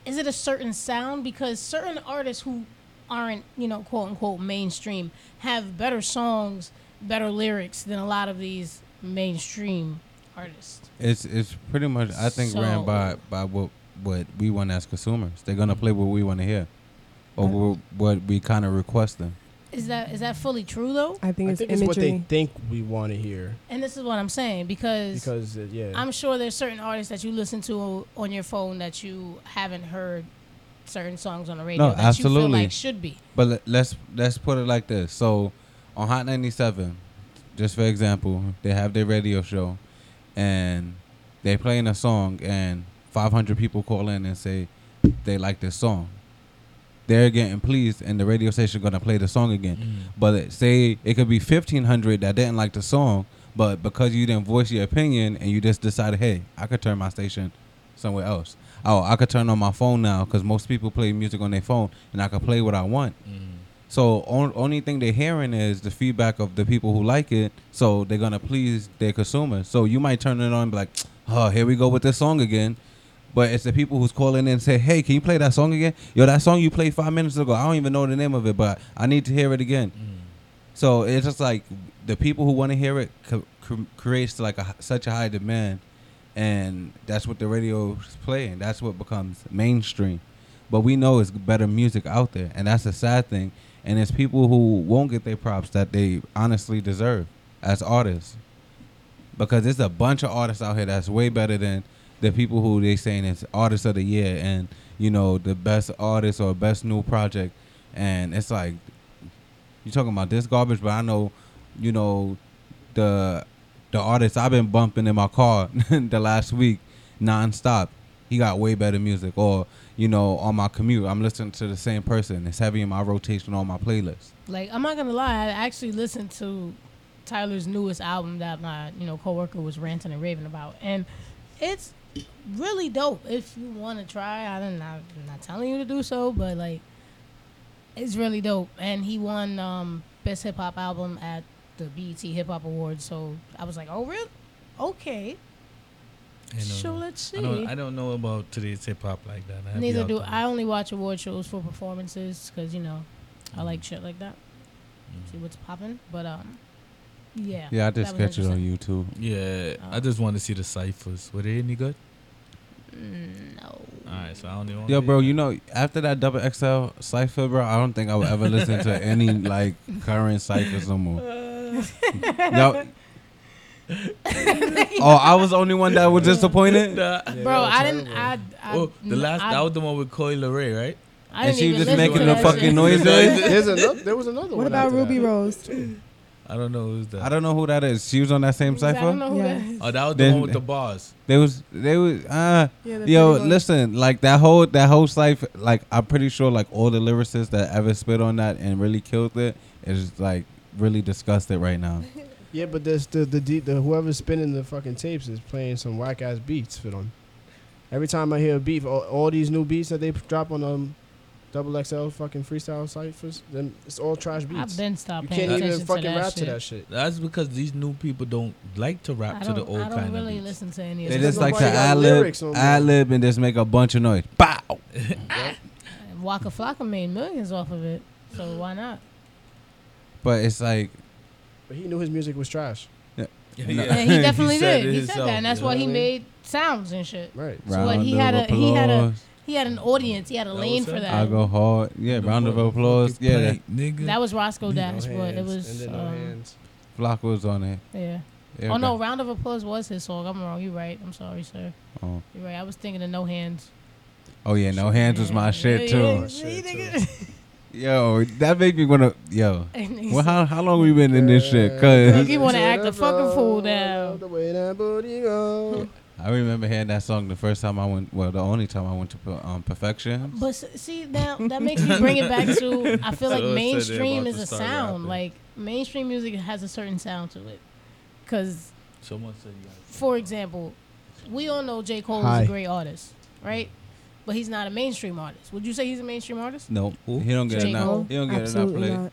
S4: is it a certain sound? Because certain artists who aren't, you know, quote unquote mainstream have better songs, better lyrics than a lot of these mainstream artists.
S6: It's it's pretty much I think ran
S4: So-
S6: by by what what we want as consumers. They're gonna play what we want to hear, or what, what we kind of request them.
S4: Is that is that fully true though?
S5: I think
S3: I
S5: it's
S3: think it's
S5: imagery.
S3: what they think we want to hear
S4: And this is what I'm saying because,
S3: because uh, yeah,
S4: I'm sure there's certain artists that you listen to on your phone that you haven't heard certain songs on the radio
S6: No,
S4: that you
S6: absolutely.
S4: feel like should be.
S6: But le- let's let's put it like this. So on Hot 97, just for example, they have their radio show, and they playing a song, and 500 people call in and say they like this song. They're getting pleased, and the radio station gonna play the song again.
S2: Mm.
S6: But it, say it could be fifteen hundred that didn't like the song, but because you didn't voice your opinion and you just decided, hey, I could turn my station somewhere else. Oh, I could turn on my phone now because most people play music on their phone, and I could play what I want.
S2: Mm.
S6: So on, only thing they're hearing is the feedback of the people who like it. So they're gonna please their consumers. So you might turn it on and be like, oh, here we go with this song again. But it's the people who's calling in and say, hey, can you play that song again? Yo, that song you played five minutes ago. I don't even know the name of it, but I need to hear it again.
S2: Mm.
S6: So it's just like the people who want to hear it co- cr- creates like a, h- such a high demand, and that's what the radio is playing. That's what becomes mainstream. But we know it's better music out there, and that's a sad thing. And it's people who won't get their props that they honestly deserve as artists, because there's a bunch of artists out here that's way better than the people who they saying is artists of the year and you know the best artist or best new project, and it's like you talking about this garbage, but I know, you know, the the artist I've been bumping in my car the last week nonstop. He got way better music, or you know, on my commute, I'm listening to the same person. It's heavy in my rotation on my playlist.
S4: Like I'm not gonna lie, I actually listened to Tyler's newest album that my you know coworker was ranting and raving about, and it's really dope. If you want to try, I don't, I'm not telling you to do so, but like it's really dope. And he won um, best hip hop album E at the BET Hip Hop Awards, so I was like, oh really? Okay.
S2: I know.
S4: So let's see.
S2: I don't, I don't know about today's hip hop like that. I have
S4: Neither
S2: y'all
S4: do
S2: covered.
S4: I. Only watch award shows for performances because you know I like
S2: Mhm.
S4: shit like that. See
S2: Mhm.
S4: what's popping, but um, yeah.
S6: Yeah, I
S4: that
S6: just
S4: was
S6: catch it on YouTube.
S2: Yeah, I
S4: Oh.
S2: just want to see the ciphers. Were they any good?
S4: Mm, no.
S2: All right, so I don't even. wanna
S6: Yo,
S2: hear
S6: bro,
S2: that.
S6: you know, after that double XL cipher, bro, I don't think I will ever listen to any like current ciphers no more. Yo, oh, I was the only one that was disappointed.
S2: Nah.
S3: Yeah,
S4: Bro,
S3: that was
S4: I didn't.
S3: terrible.
S4: I, I,
S2: Well, Oh, the
S4: n-
S2: last
S4: I,
S2: that was the one with Coy Leray, right?
S4: I
S6: And
S4: didn't
S6: she
S4: even
S6: just
S4: listen
S6: making
S4: to
S6: the
S4: that
S6: fucking
S4: shit.
S6: noises.
S3: There's another. There was another one.
S5: What about
S3: after
S5: Ruby
S3: that.
S5: Rose?
S2: I don't know who's that.
S6: I don't know who that is. She was on that same
S4: I don't
S6: cipher.
S4: know who
S5: Yeah.
S4: that is.
S2: oh, that was the
S6: Then-
S2: one with the bars.
S6: They was they was uh
S5: Yeah, the
S6: yo,
S5: pretty one.
S6: listen, like that whole that whole cipher, like I'm pretty sure like all the lyricists that ever spit on that and really killed it is like really disgusted right now.
S3: Yeah, but this the the, D, the whoever's spinning the fucking tapes is playing some whack ass beats for them. Every time I hear a beat, all, all these new beats that they drop on um, double XL fucking freestyle ciphers, then it's all trash
S4: I've
S3: beats.
S4: been stopped
S3: You
S4: paying
S3: can't even
S4: attention
S3: fucking
S4: to that
S3: rap
S4: shit.
S3: to that shit.
S2: That's because these new people don't like to
S4: I
S2: rap to
S4: don't,
S2: the old
S4: I don't
S2: kind
S4: really
S2: of beats.
S4: listen to any of
S6: They
S4: that.
S6: just like to
S3: nobody got
S6: ad
S3: lyrics on
S6: lib,
S3: there.
S6: ad lib, and just make a bunch of noise. Bow.
S4: Waka Flocka made millions off of it, so why not?
S6: But it's like
S3: But he knew his music was trash.
S6: No.
S4: Yeah,
S6: Yeah,
S4: he
S6: he
S4: definitely
S2: said
S4: did.
S2: it
S4: He said
S2: himself,
S4: that, and that's
S2: you know
S4: why
S2: what
S4: he
S2: I mean?
S4: made sounds and shit.
S3: Right.
S6: round
S4: what, he
S6: of
S4: had a-
S6: applause.
S4: he had a- He had an audience. He had a
S2: That
S4: lane
S2: was
S4: for
S2: him.
S4: that.
S6: I'll go hard. Yeah, round of applause. Yeah, that-
S2: nigga.
S4: That was Roscoe Dash,
S3: no
S4: but it
S3: hands,
S4: was
S3: And then no
S4: um,
S3: hands.
S6: Flock was on it.
S4: yeah.
S6: Yeah,
S4: Oh no,
S6: that-
S4: round of applause was his song. I'm wrong. You're right. I'm sorry, sir.
S6: Oh.
S4: You're right. I was thinking of no hands.
S6: Oh, yeah, no hands was my shit too.
S3: shit,
S6: Yo, that make me wanna. Yo, well, how how long we been in this shit?
S3: Girl,
S6: Cause
S4: You wanna
S3: to
S4: act
S3: the
S4: a fucking fool
S3: floor,
S4: now.
S3: The way that booty go.
S6: I remember hearing that song the first time I went. Well, the only time I went to per- um, Perfection.
S4: But s- see now that makes me bring it back to I feel like
S2: So I said they're
S4: mainstream
S2: about
S4: is
S2: to
S4: a
S2: start
S4: sound
S2: rapping.
S4: like mainstream music has a certain sound to it. Cause
S2: Someone said you guys-
S4: for example, we all know J Cole
S3: Hi.
S4: is a great artist, right? But he's not a mainstream artist. Would you say he's a mainstream artist?
S6: No, he don't get
S4: J.
S6: enough.
S4: Cole?
S6: He don't get enough
S5: Absolutely
S6: play.
S5: not.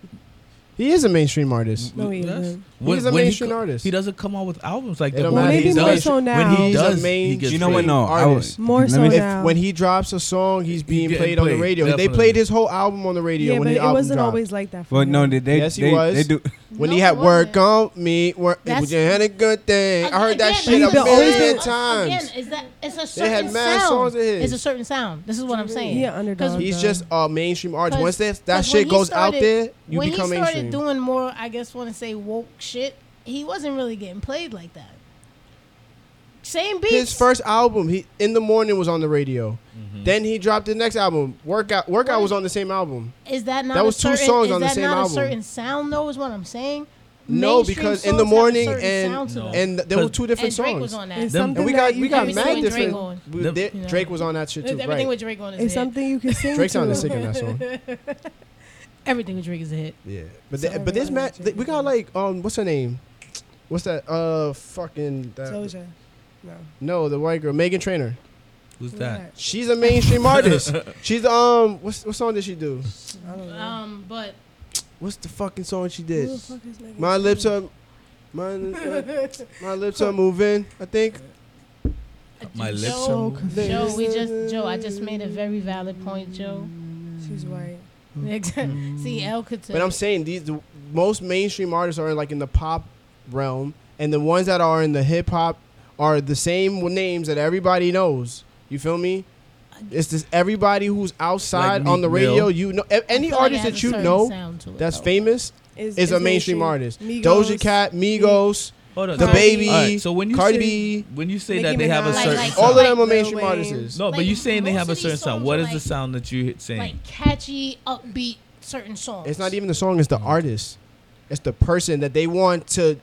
S3: He is a mainstream artist.
S5: No, he
S2: Yes.
S5: isn't.
S2: When-
S3: He's a
S2: when he
S3: mainstream
S2: co-
S3: artist.
S2: He doesn't come out with albums like
S3: It
S2: that.
S3: don't
S2: but when
S3: matter.
S2: he
S3: Maybe more
S2: does,
S5: so
S2: when he
S5: now.
S3: He's a
S2: does, he
S3: mainstream
S2: gets
S6: You know what?
S2: paid.
S6: No, I was
S3: artist.
S5: More
S6: let
S5: so
S6: me-
S5: now.
S3: If when he drops a song, he's being
S2: getting
S3: played on the
S2: played,
S3: radio. They
S2: definitely.
S3: played his whole album on the radio
S5: Yeah,
S3: when
S5: but
S3: the
S5: it
S3: album
S5: wasn't
S3: dropped.
S5: always like that. For
S6: Well,
S5: him.
S6: no, they they
S3: Yes, he
S6: they,
S3: was.
S6: they do.
S3: when
S4: No,
S3: he had
S4: it
S3: work
S4: wasn't.
S3: on me, work it was
S4: That's-
S3: you had a good thing. I heard that
S4: Again,
S3: shit a
S4: it's
S5: he's been- always
S3: million
S5: been-
S3: times.
S4: Again, is that it's a
S3: They
S4: certain
S3: had mad
S4: sound.
S3: songs of his.
S4: It's a certain sound. This is what I'm saying.
S5: he an underdog.
S3: He's
S5: though.
S3: just a mainstream artist.
S4: 'Cause-
S3: Once that, that
S4: 'cause when
S3: shit
S4: he
S3: goes out
S4: started-
S3: there, you
S4: when
S3: become
S4: he started
S3: mainstream.
S4: doing more, I guess want to say woke shit, he wasn't really getting played like that. Same beats.
S3: His first album, he in the morning was on the radio. Then he dropped the next album. Workout Workout was on the same album.
S4: is that not
S3: that was
S4: a
S3: two
S4: certain,
S3: songs
S4: is
S3: on the
S4: that
S3: same
S4: not
S3: album.
S4: a certain sound though? Is what I'm saying.
S3: No,
S4: Mainstream
S3: because in
S4: songs
S3: the
S4: have a
S3: morning
S4: certain
S3: and
S4: sound to them.
S3: and there were
S2: Cause-
S3: two different
S4: and Drake
S3: songs.
S4: was on that.
S5: It's
S2: Them-
S5: something
S3: and we
S5: that
S3: got
S5: you
S3: we got
S5: can-
S4: Everything
S3: mad
S4: with Drake
S3: different.
S4: on.
S3: we-
S2: Them-
S3: there-
S4: You know.
S3: Drake was on that shit too,
S4: Everything
S3: right?
S4: with Drake on is
S5: It's
S4: a hit.
S5: something you can sing.
S3: Drake
S5: to.
S3: sounded sick in that song.
S4: Everything with Drake is a hit.
S3: Yeah, but
S5: So
S3: th- but this
S5: everyone
S3: Matt,
S5: had
S3: th- we got
S5: Jay-Z.
S3: like um, what's her name? What's that? Uh, fucking that,
S5: Soulja. No.
S3: no, the white girl, Megan Trainer.
S2: Who's that?
S3: She's a mainstream artist. She's um, what's what song did she do?
S5: I don't know.
S4: Um, but
S3: What's the fucking song she
S5: Who
S3: did?
S5: the fuck is Megan
S3: My lips
S5: Trainor?
S3: are, my lips are, my lips are moving. I think.
S2: My lips
S4: Joe-
S2: are
S5: So confused.
S4: Joe, we just Joe. I just made a very valid point, Joe.
S5: She's white.
S4: See, El could.
S3: Mm. But I'm saying these the most mainstream artists are like in the pop realm, and the ones that are in the hip hop are the same names that everybody knows. You feel me? It's just everybody who's outside
S2: Like
S3: on the
S2: Meek Mill.
S3: radio. You know, a- any artist that you know that's famous
S5: Is,
S3: is a mainstream artist. Doja Cat, Migos,
S2: Hold on,
S3: The
S2: so-
S3: Baby,
S2: Alright, so when you
S3: Cardi
S2: say,
S3: B,
S2: when you say
S5: Nicki
S2: that they have a
S5: Minaj.
S2: certain
S4: Like, like,
S2: sound,
S3: all of them are
S5: Lil
S3: mainstream
S5: Wayne.
S3: artists.
S2: no, but
S4: Like,
S2: you saying they
S4: most
S2: have a
S4: of these
S2: certain sound.
S4: songs
S2: What
S4: are
S2: is the
S4: like-
S2: sound that you hit saying?
S4: like catchy, upbeat, certain songs.
S3: It's not even the song; it's the artist. It's the person that they want to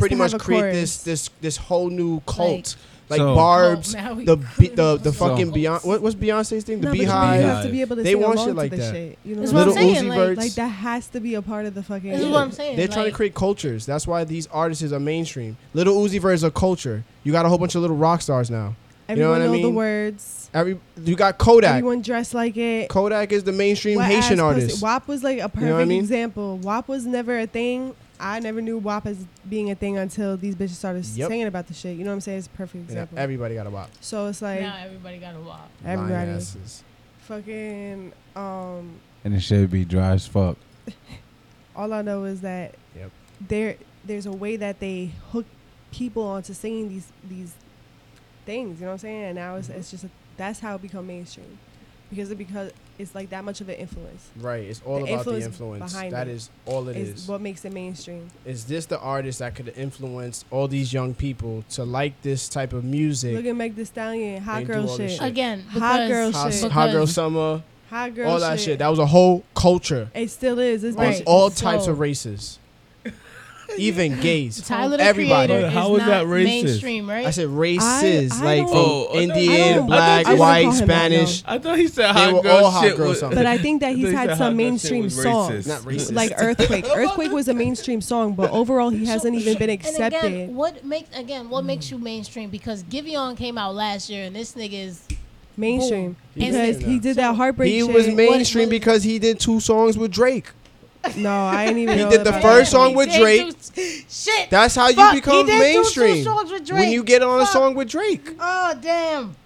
S3: pretty much create this this this whole new cult, like,
S6: So-
S3: Barb's,
S4: Cult, now we-
S3: the be- the the
S4: So-
S3: fucking Beyonce. What, what's Beyonce's thing? The
S5: Oh, No, but
S3: Beehive.
S5: You have to be able to
S3: They
S5: sing
S3: want
S5: along
S3: shit
S5: to
S3: like
S5: the
S3: that.
S5: Shit. You know
S4: That's
S5: what
S3: Little
S5: I'm saying?
S3: Uzi
S4: like-
S3: Vert.
S5: Like that has to be a part of the fucking.
S4: This is what I'm saying.
S3: They're trying to
S4: like,
S3: create cultures. That's why these artists is a mainstream. Little Uzi Vert is a culture. You got a whole bunch of little rock stars now.
S5: Everyone
S3: what I
S5: know the
S3: mean?
S5: words.
S3: Every you got Kodak.
S5: Everyone dressed like it.
S3: Kodak is the mainstream
S5: Whack
S3: Haitian
S5: ass pussy.
S3: artist.
S5: WAP was like a perfect
S3: I mean?
S5: example. WAP was never a thing I never knew WAP as being a thing until these bitches started
S3: Yep.
S5: singing about the shit. You know what I'm saying? It's a perfect
S3: Yeah,
S5: example.
S3: everybody got a wop.
S5: so it's like
S4: now everybody got a walk.
S5: Everybody.
S3: Lying asses.
S5: fucking. Um,
S6: And it should be dry as fuck.
S5: all I know is that
S3: Yep.
S5: there there's a way that they hook people onto singing these these things. You know what I'm saying? And now
S3: Mm-hmm.
S5: it's, it's just a, that's how it become mainstream because it because it's like that much of an influence.
S3: Right. It's all
S5: The
S3: about the
S5: influence
S3: influence.
S5: behind
S3: That
S5: it
S3: is all it
S5: It's
S3: is.
S5: what makes it mainstream.
S3: Is this the artist that could influence all these young people to like this type of music?
S5: Look at Meg The Stallion, hot
S3: They do
S5: girl
S3: all this
S5: shit.
S3: shit.
S4: Again,
S5: Hot
S4: because
S5: girl
S3: Hot,
S5: shit.
S3: Hot Girl
S4: Because-
S3: Summer,
S5: Hot girl,
S3: all that shit. That was a whole culture.
S5: it still is. It's
S3: Right.
S5: right.
S3: All
S4: So-
S3: types of races, even gays.
S4: Tyler the
S3: Everybody.
S4: Creator
S2: But how
S4: is
S2: is
S4: not
S2: that racist?
S4: mainstream, right?
S3: I said races,
S5: I
S3: like
S5: don't-
S3: from
S2: Oh, I don't- I
S3: Indian,
S5: don't-
S2: I
S3: black,
S2: don't- I
S5: wouldn't
S3: white,
S5: call him that,
S3: Spanish.
S2: I thought he said
S3: They
S2: hot
S3: were
S2: girl
S3: all hot
S2: shit.
S3: girl
S2: was-
S3: something.
S5: But I think that
S2: I
S5: he's
S2: thought he
S5: had
S2: said hot
S5: some
S2: girl shit
S5: mainstream
S2: was racist.
S5: songs.
S3: Not racist.
S5: Like Earthquake. Earthquake was a mainstream song, but overall he hasn't even been
S4: and
S5: accepted.
S4: again, what makes again what makes you mainstream? Because Giveon came out last year, and this nigga is
S5: mainstream.
S3: He
S5: Because
S3: did
S5: he
S3: that.
S5: did that heartbreak
S3: He
S5: shit.
S3: was mainstream
S4: what-
S3: because he did two songs with Drake.
S5: No, I ain't even
S3: He
S5: know
S3: did the
S5: about
S3: first
S5: that.
S3: song with
S4: They
S3: Drake.
S4: do- Shit.
S3: That's how you
S4: Fuck, he
S3: become
S4: did do two
S3: mainstream.
S4: songs with
S3: When
S4: Drake.
S3: you get on a
S4: Fuck.
S3: song with Drake,
S4: oh damn.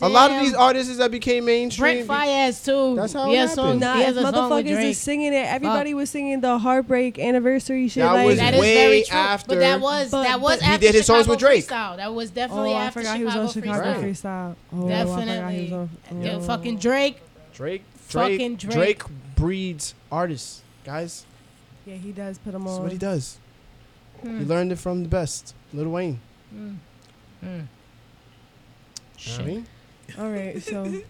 S3: a lot of
S4: Damn.
S3: these artists that became mainstream.
S4: Brent Fayez too.
S3: That's how it
S4: he has
S3: happens.
S4: songs-
S5: Nah,
S4: he
S5: if
S4: has a song with
S5: motherfuckers
S4: Drake.
S5: is singing it. Everybody was singing the heartbreak anniversary shit.
S3: That
S5: like,
S3: was
S4: That is
S3: way
S4: very true.
S3: after-
S4: but that was
S5: But-
S4: that was
S5: but-
S3: He
S4: after
S3: did his songs with
S4: Chicago
S3: Drake.
S4: Freestyle. That was definitely
S5: oh, I
S4: after
S5: forgot he
S4: Chicago
S5: was on Chicago
S4: Freestyle.
S3: Right.
S5: Freestyle. Oh, I forgot he was
S4: Definitely.
S5: on.
S4: Yeah,
S5: oh.
S4: fucking Drake.
S3: Drake, Drake,
S4: Fucking Drake.
S3: Drake breeds artists, guys.
S5: Yeah, he does put them
S3: That's
S5: on.
S3: what he does.
S4: Hmm.
S3: He learned it from the best, Lil Wayne. You know what I mean?
S5: All right, so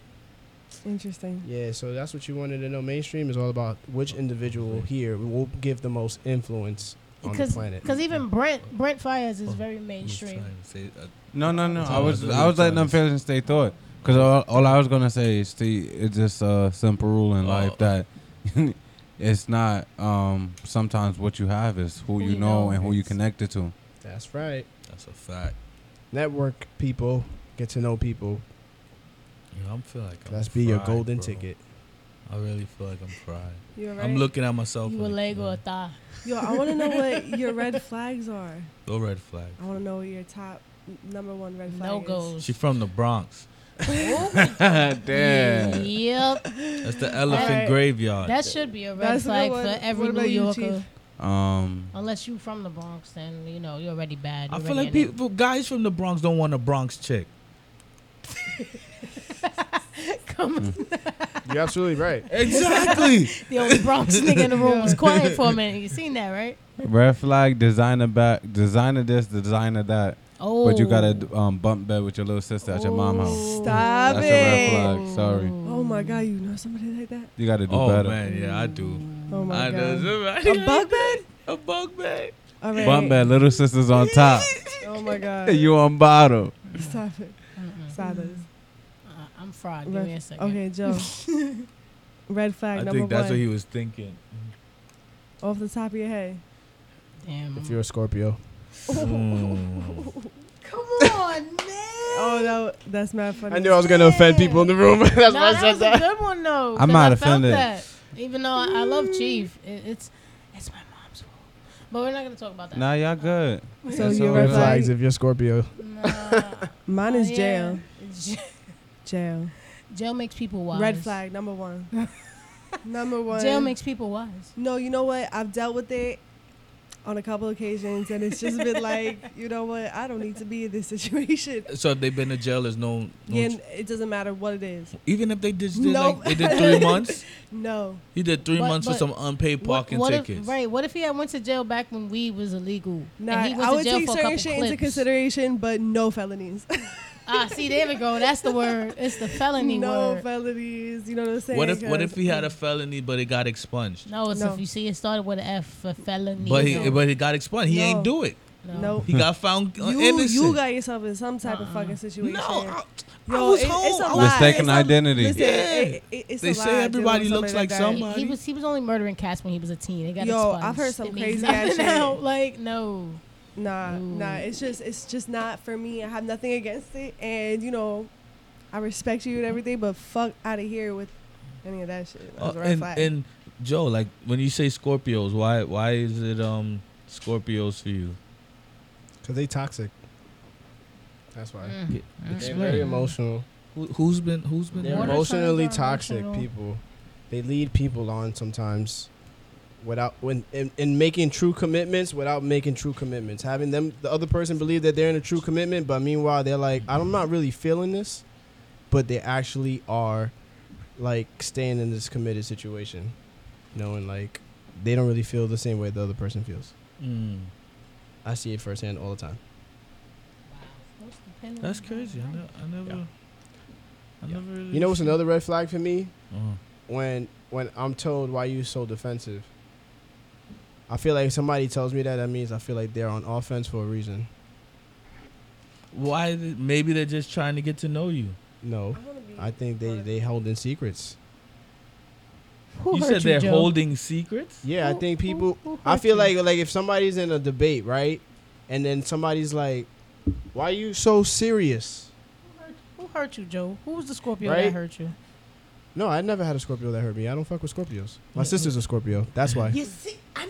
S5: interesting.
S3: Yeah, so that's what you wanted to know. Mainstream is all about which individual here will give the most influence on the
S4: Because
S3: planet.
S4: even Brent Brent Fires is very
S2: I'm
S4: mainstream.
S2: trying to say, uh,
S6: No, no, no. I
S2: Tyler,
S6: was
S2: do
S6: I
S2: it,
S6: was letting them
S2: Tyler.
S6: finish their thought. Cause all, all I was gonna say is the it's just a simple rule in
S2: Oh.
S6: life that it's not um sometimes what you have is who, you, know, and who you connected to.
S3: That's right.
S2: That's a fact.
S3: Network people, get to know people.
S2: Yeah, I'm feel like I'm
S3: That's be your
S2: fried,
S3: golden
S2: bro.
S3: ticket.
S2: I really feel like I'm fried.
S5: You all right?
S2: I'm looking at myself.
S4: You a
S2: in the-
S4: leg or a thigh.
S5: Yo, I want to know what your red flags are.
S2: No red flag.
S5: I want to know what your top n- number one red flag
S4: No
S5: is.
S4: goals.
S2: She from the Bronx.
S6: Damn.
S4: Yep.
S2: That's the elephant
S5: Alright.
S2: graveyard.
S4: That should be a red
S5: That's a good
S4: flag
S5: one.
S4: for every
S5: What
S4: New
S5: about you,
S4: Yorker.
S5: Chief?
S6: Um.
S4: Unless you from the Bronx, then you know you're already bad.
S2: I
S4: You're
S2: feel
S4: already
S2: like
S4: in it.
S2: people, guys from the Bronx don't want a Bronx chick.
S3: You're absolutely right.
S2: Exactly.
S4: the only Bronx nigga in the room was quiet for a minute. You seen that, right?
S6: Red flag, designer back, designer this, designer that.
S4: Oh,
S6: But you gotta um, bump bed with your little sister at your mom house.
S5: Stop
S6: That's a
S5: it.
S6: red flag. Sorry,
S5: Oh my god, you know somebody like that?
S6: you gotta do
S2: oh
S6: better.
S2: man, yeah, I do.
S5: Oh my
S2: I
S5: god.
S2: know.
S5: A bug bed?
S2: A bug bag.
S5: All right.
S6: Bump bed, little sister's on top,
S5: Oh my god.
S6: you on bottom.
S5: Stop it. Stop it.
S4: Uh, I'm fried. Give
S5: Red-
S4: me a second.
S5: Okay, Joe. red flag
S2: I
S5: number
S2: think that's
S5: one.
S2: what he was thinking.
S5: Off the top of your head.
S4: Damn.
S3: If you're a Scorpio,
S5: Oh.
S2: Mm.
S4: Come on, man.
S5: Oh no, that's mad funny.
S3: I knew I was gonna offend people in the room. That's
S4: Nah,
S3: why I
S4: that
S3: said
S4: was a
S3: that.
S4: good one though.
S6: I'm
S4: 'cause
S6: not
S4: I felt
S6: offended.
S4: That. Even though I, I love Chief, it, it's it's my mom's fault. But we're not gonna talk about that.
S6: Nah, y'all good.
S5: So
S6: That's
S5: your
S6: all
S5: red
S6: right.
S5: flag.
S3: Flags if you're Scorpio.
S4: Nah.
S5: Mine is jail.
S4: Oh, jail.
S5: Jail.
S4: Jail makes people wise.
S5: Red flag number one. number one.
S4: Jail makes people wise.
S5: No, you know what? I've dealt with it on a couple occasions, and it's just been like, you know what? I don't need to be in this situation.
S2: So if they've been to jail, there's no, no
S5: Yeah, and it doesn't matter what it is.
S2: even if they did, did
S5: No.
S2: like they did three months.
S5: No.
S2: He did three
S4: But-
S2: months for
S4: but
S2: some unpaid parking
S4: what, what
S2: tickets.
S4: If, right. What if he had went to jail back when weed was illegal?
S5: Nah,
S4: and he went
S5: I
S4: to
S5: would
S4: jail
S5: take
S4: for a
S5: certain
S4: couple
S5: shit
S4: clips?
S5: into consideration, but no felonies.
S4: Ah, see, there we go. That's the word. It's the felony
S5: no
S4: word.
S5: felonies. You know what I'm saying?
S2: What if what if he had a
S5: Because-
S2: felony but it got expunged?
S4: no, it's
S5: No.
S4: if you see it started with an F for felony.
S2: But
S4: no,
S2: he but he got expunged. He ain't
S5: No.
S2: do it.
S5: no?
S2: He got found uh,
S5: You
S2: innocent.
S5: you got yourself in some type
S4: Uh-uh.
S5: of fucking situation.
S2: no, I, I
S5: Yo,
S2: was
S5: it- it's
S2: home.
S5: a
S2: I
S5: lot.
S2: was
S6: Mistaken
S5: It's a-
S6: identity.
S5: Listen,
S2: Yeah.
S5: it- it- it's
S2: They
S5: a
S2: say
S5: lot dealing with
S2: everybody
S5: somebody
S2: looks like
S5: that.
S2: someone.
S4: He, he was he was only murdering cats when he was a teen. It got
S5: Yo,
S4: expunged.
S5: I've heard some
S4: It means
S5: crazy ass
S4: nothing
S5: shit.
S4: now. Like no,
S5: Nah,
S4: Ooh.
S5: nah. It's just, it's just not for me. I have nothing against it, and you know, I respect you and everything, but fuck out of here with any of that shit. That
S2: Oh,
S3: Uh,
S5: was a red
S2: and,
S5: flag.
S2: and Joe, like when you say Scorpios, why why is it um Scorpios for you?
S3: Because they toxic. That's why.
S4: Mm.
S3: They're
S2: Explain.
S3: very emotional.
S2: Who, who's been who's been
S3: They're
S4: Warner
S3: emotionally
S4: signs are
S3: toxic
S4: emotional.
S3: people. They lead people on sometimes without when in, in making true commitments without making true commitments. Having them the other person believe that they're in a true commitment, but meanwhile they're like, I'm not really feeling this, but they actually are like staying in this committed situation. You know, and like they don't really feel the same way the other person feels.
S2: Mm.
S3: I see it firsthand all the time.
S2: That's crazy. I, ne- I never.
S3: Yeah.
S2: I
S3: Yeah.
S2: never. Really
S3: You know what's another red flag for me?
S2: Oh.
S3: when when I'm told why you so defensive. I feel like somebody tells me that that means I feel like they're on offense for a reason.
S2: Why? th- Maybe they're just trying to get to know you.
S3: No, I think they they hold in secrets.
S4: Who
S2: you
S4: hurt
S2: said they're
S4: Joe?
S2: holding secrets.
S3: Yeah, I
S4: Who-
S3: think
S4: who-
S3: people.
S4: who
S3: I
S4: hurt
S3: feel
S4: you?
S3: like like if somebody's in a debate, right, and then somebody's like, "Why you so serious?"
S4: Who hurt you, Joe? Who was the Scorpio
S3: Right?
S4: that hurt you?
S3: No, I never had a Scorpio that hurt me. I don't fuck with Scorpios. My
S2: Mm-mm.
S3: sister's a Scorpio. That's why.
S4: You see, i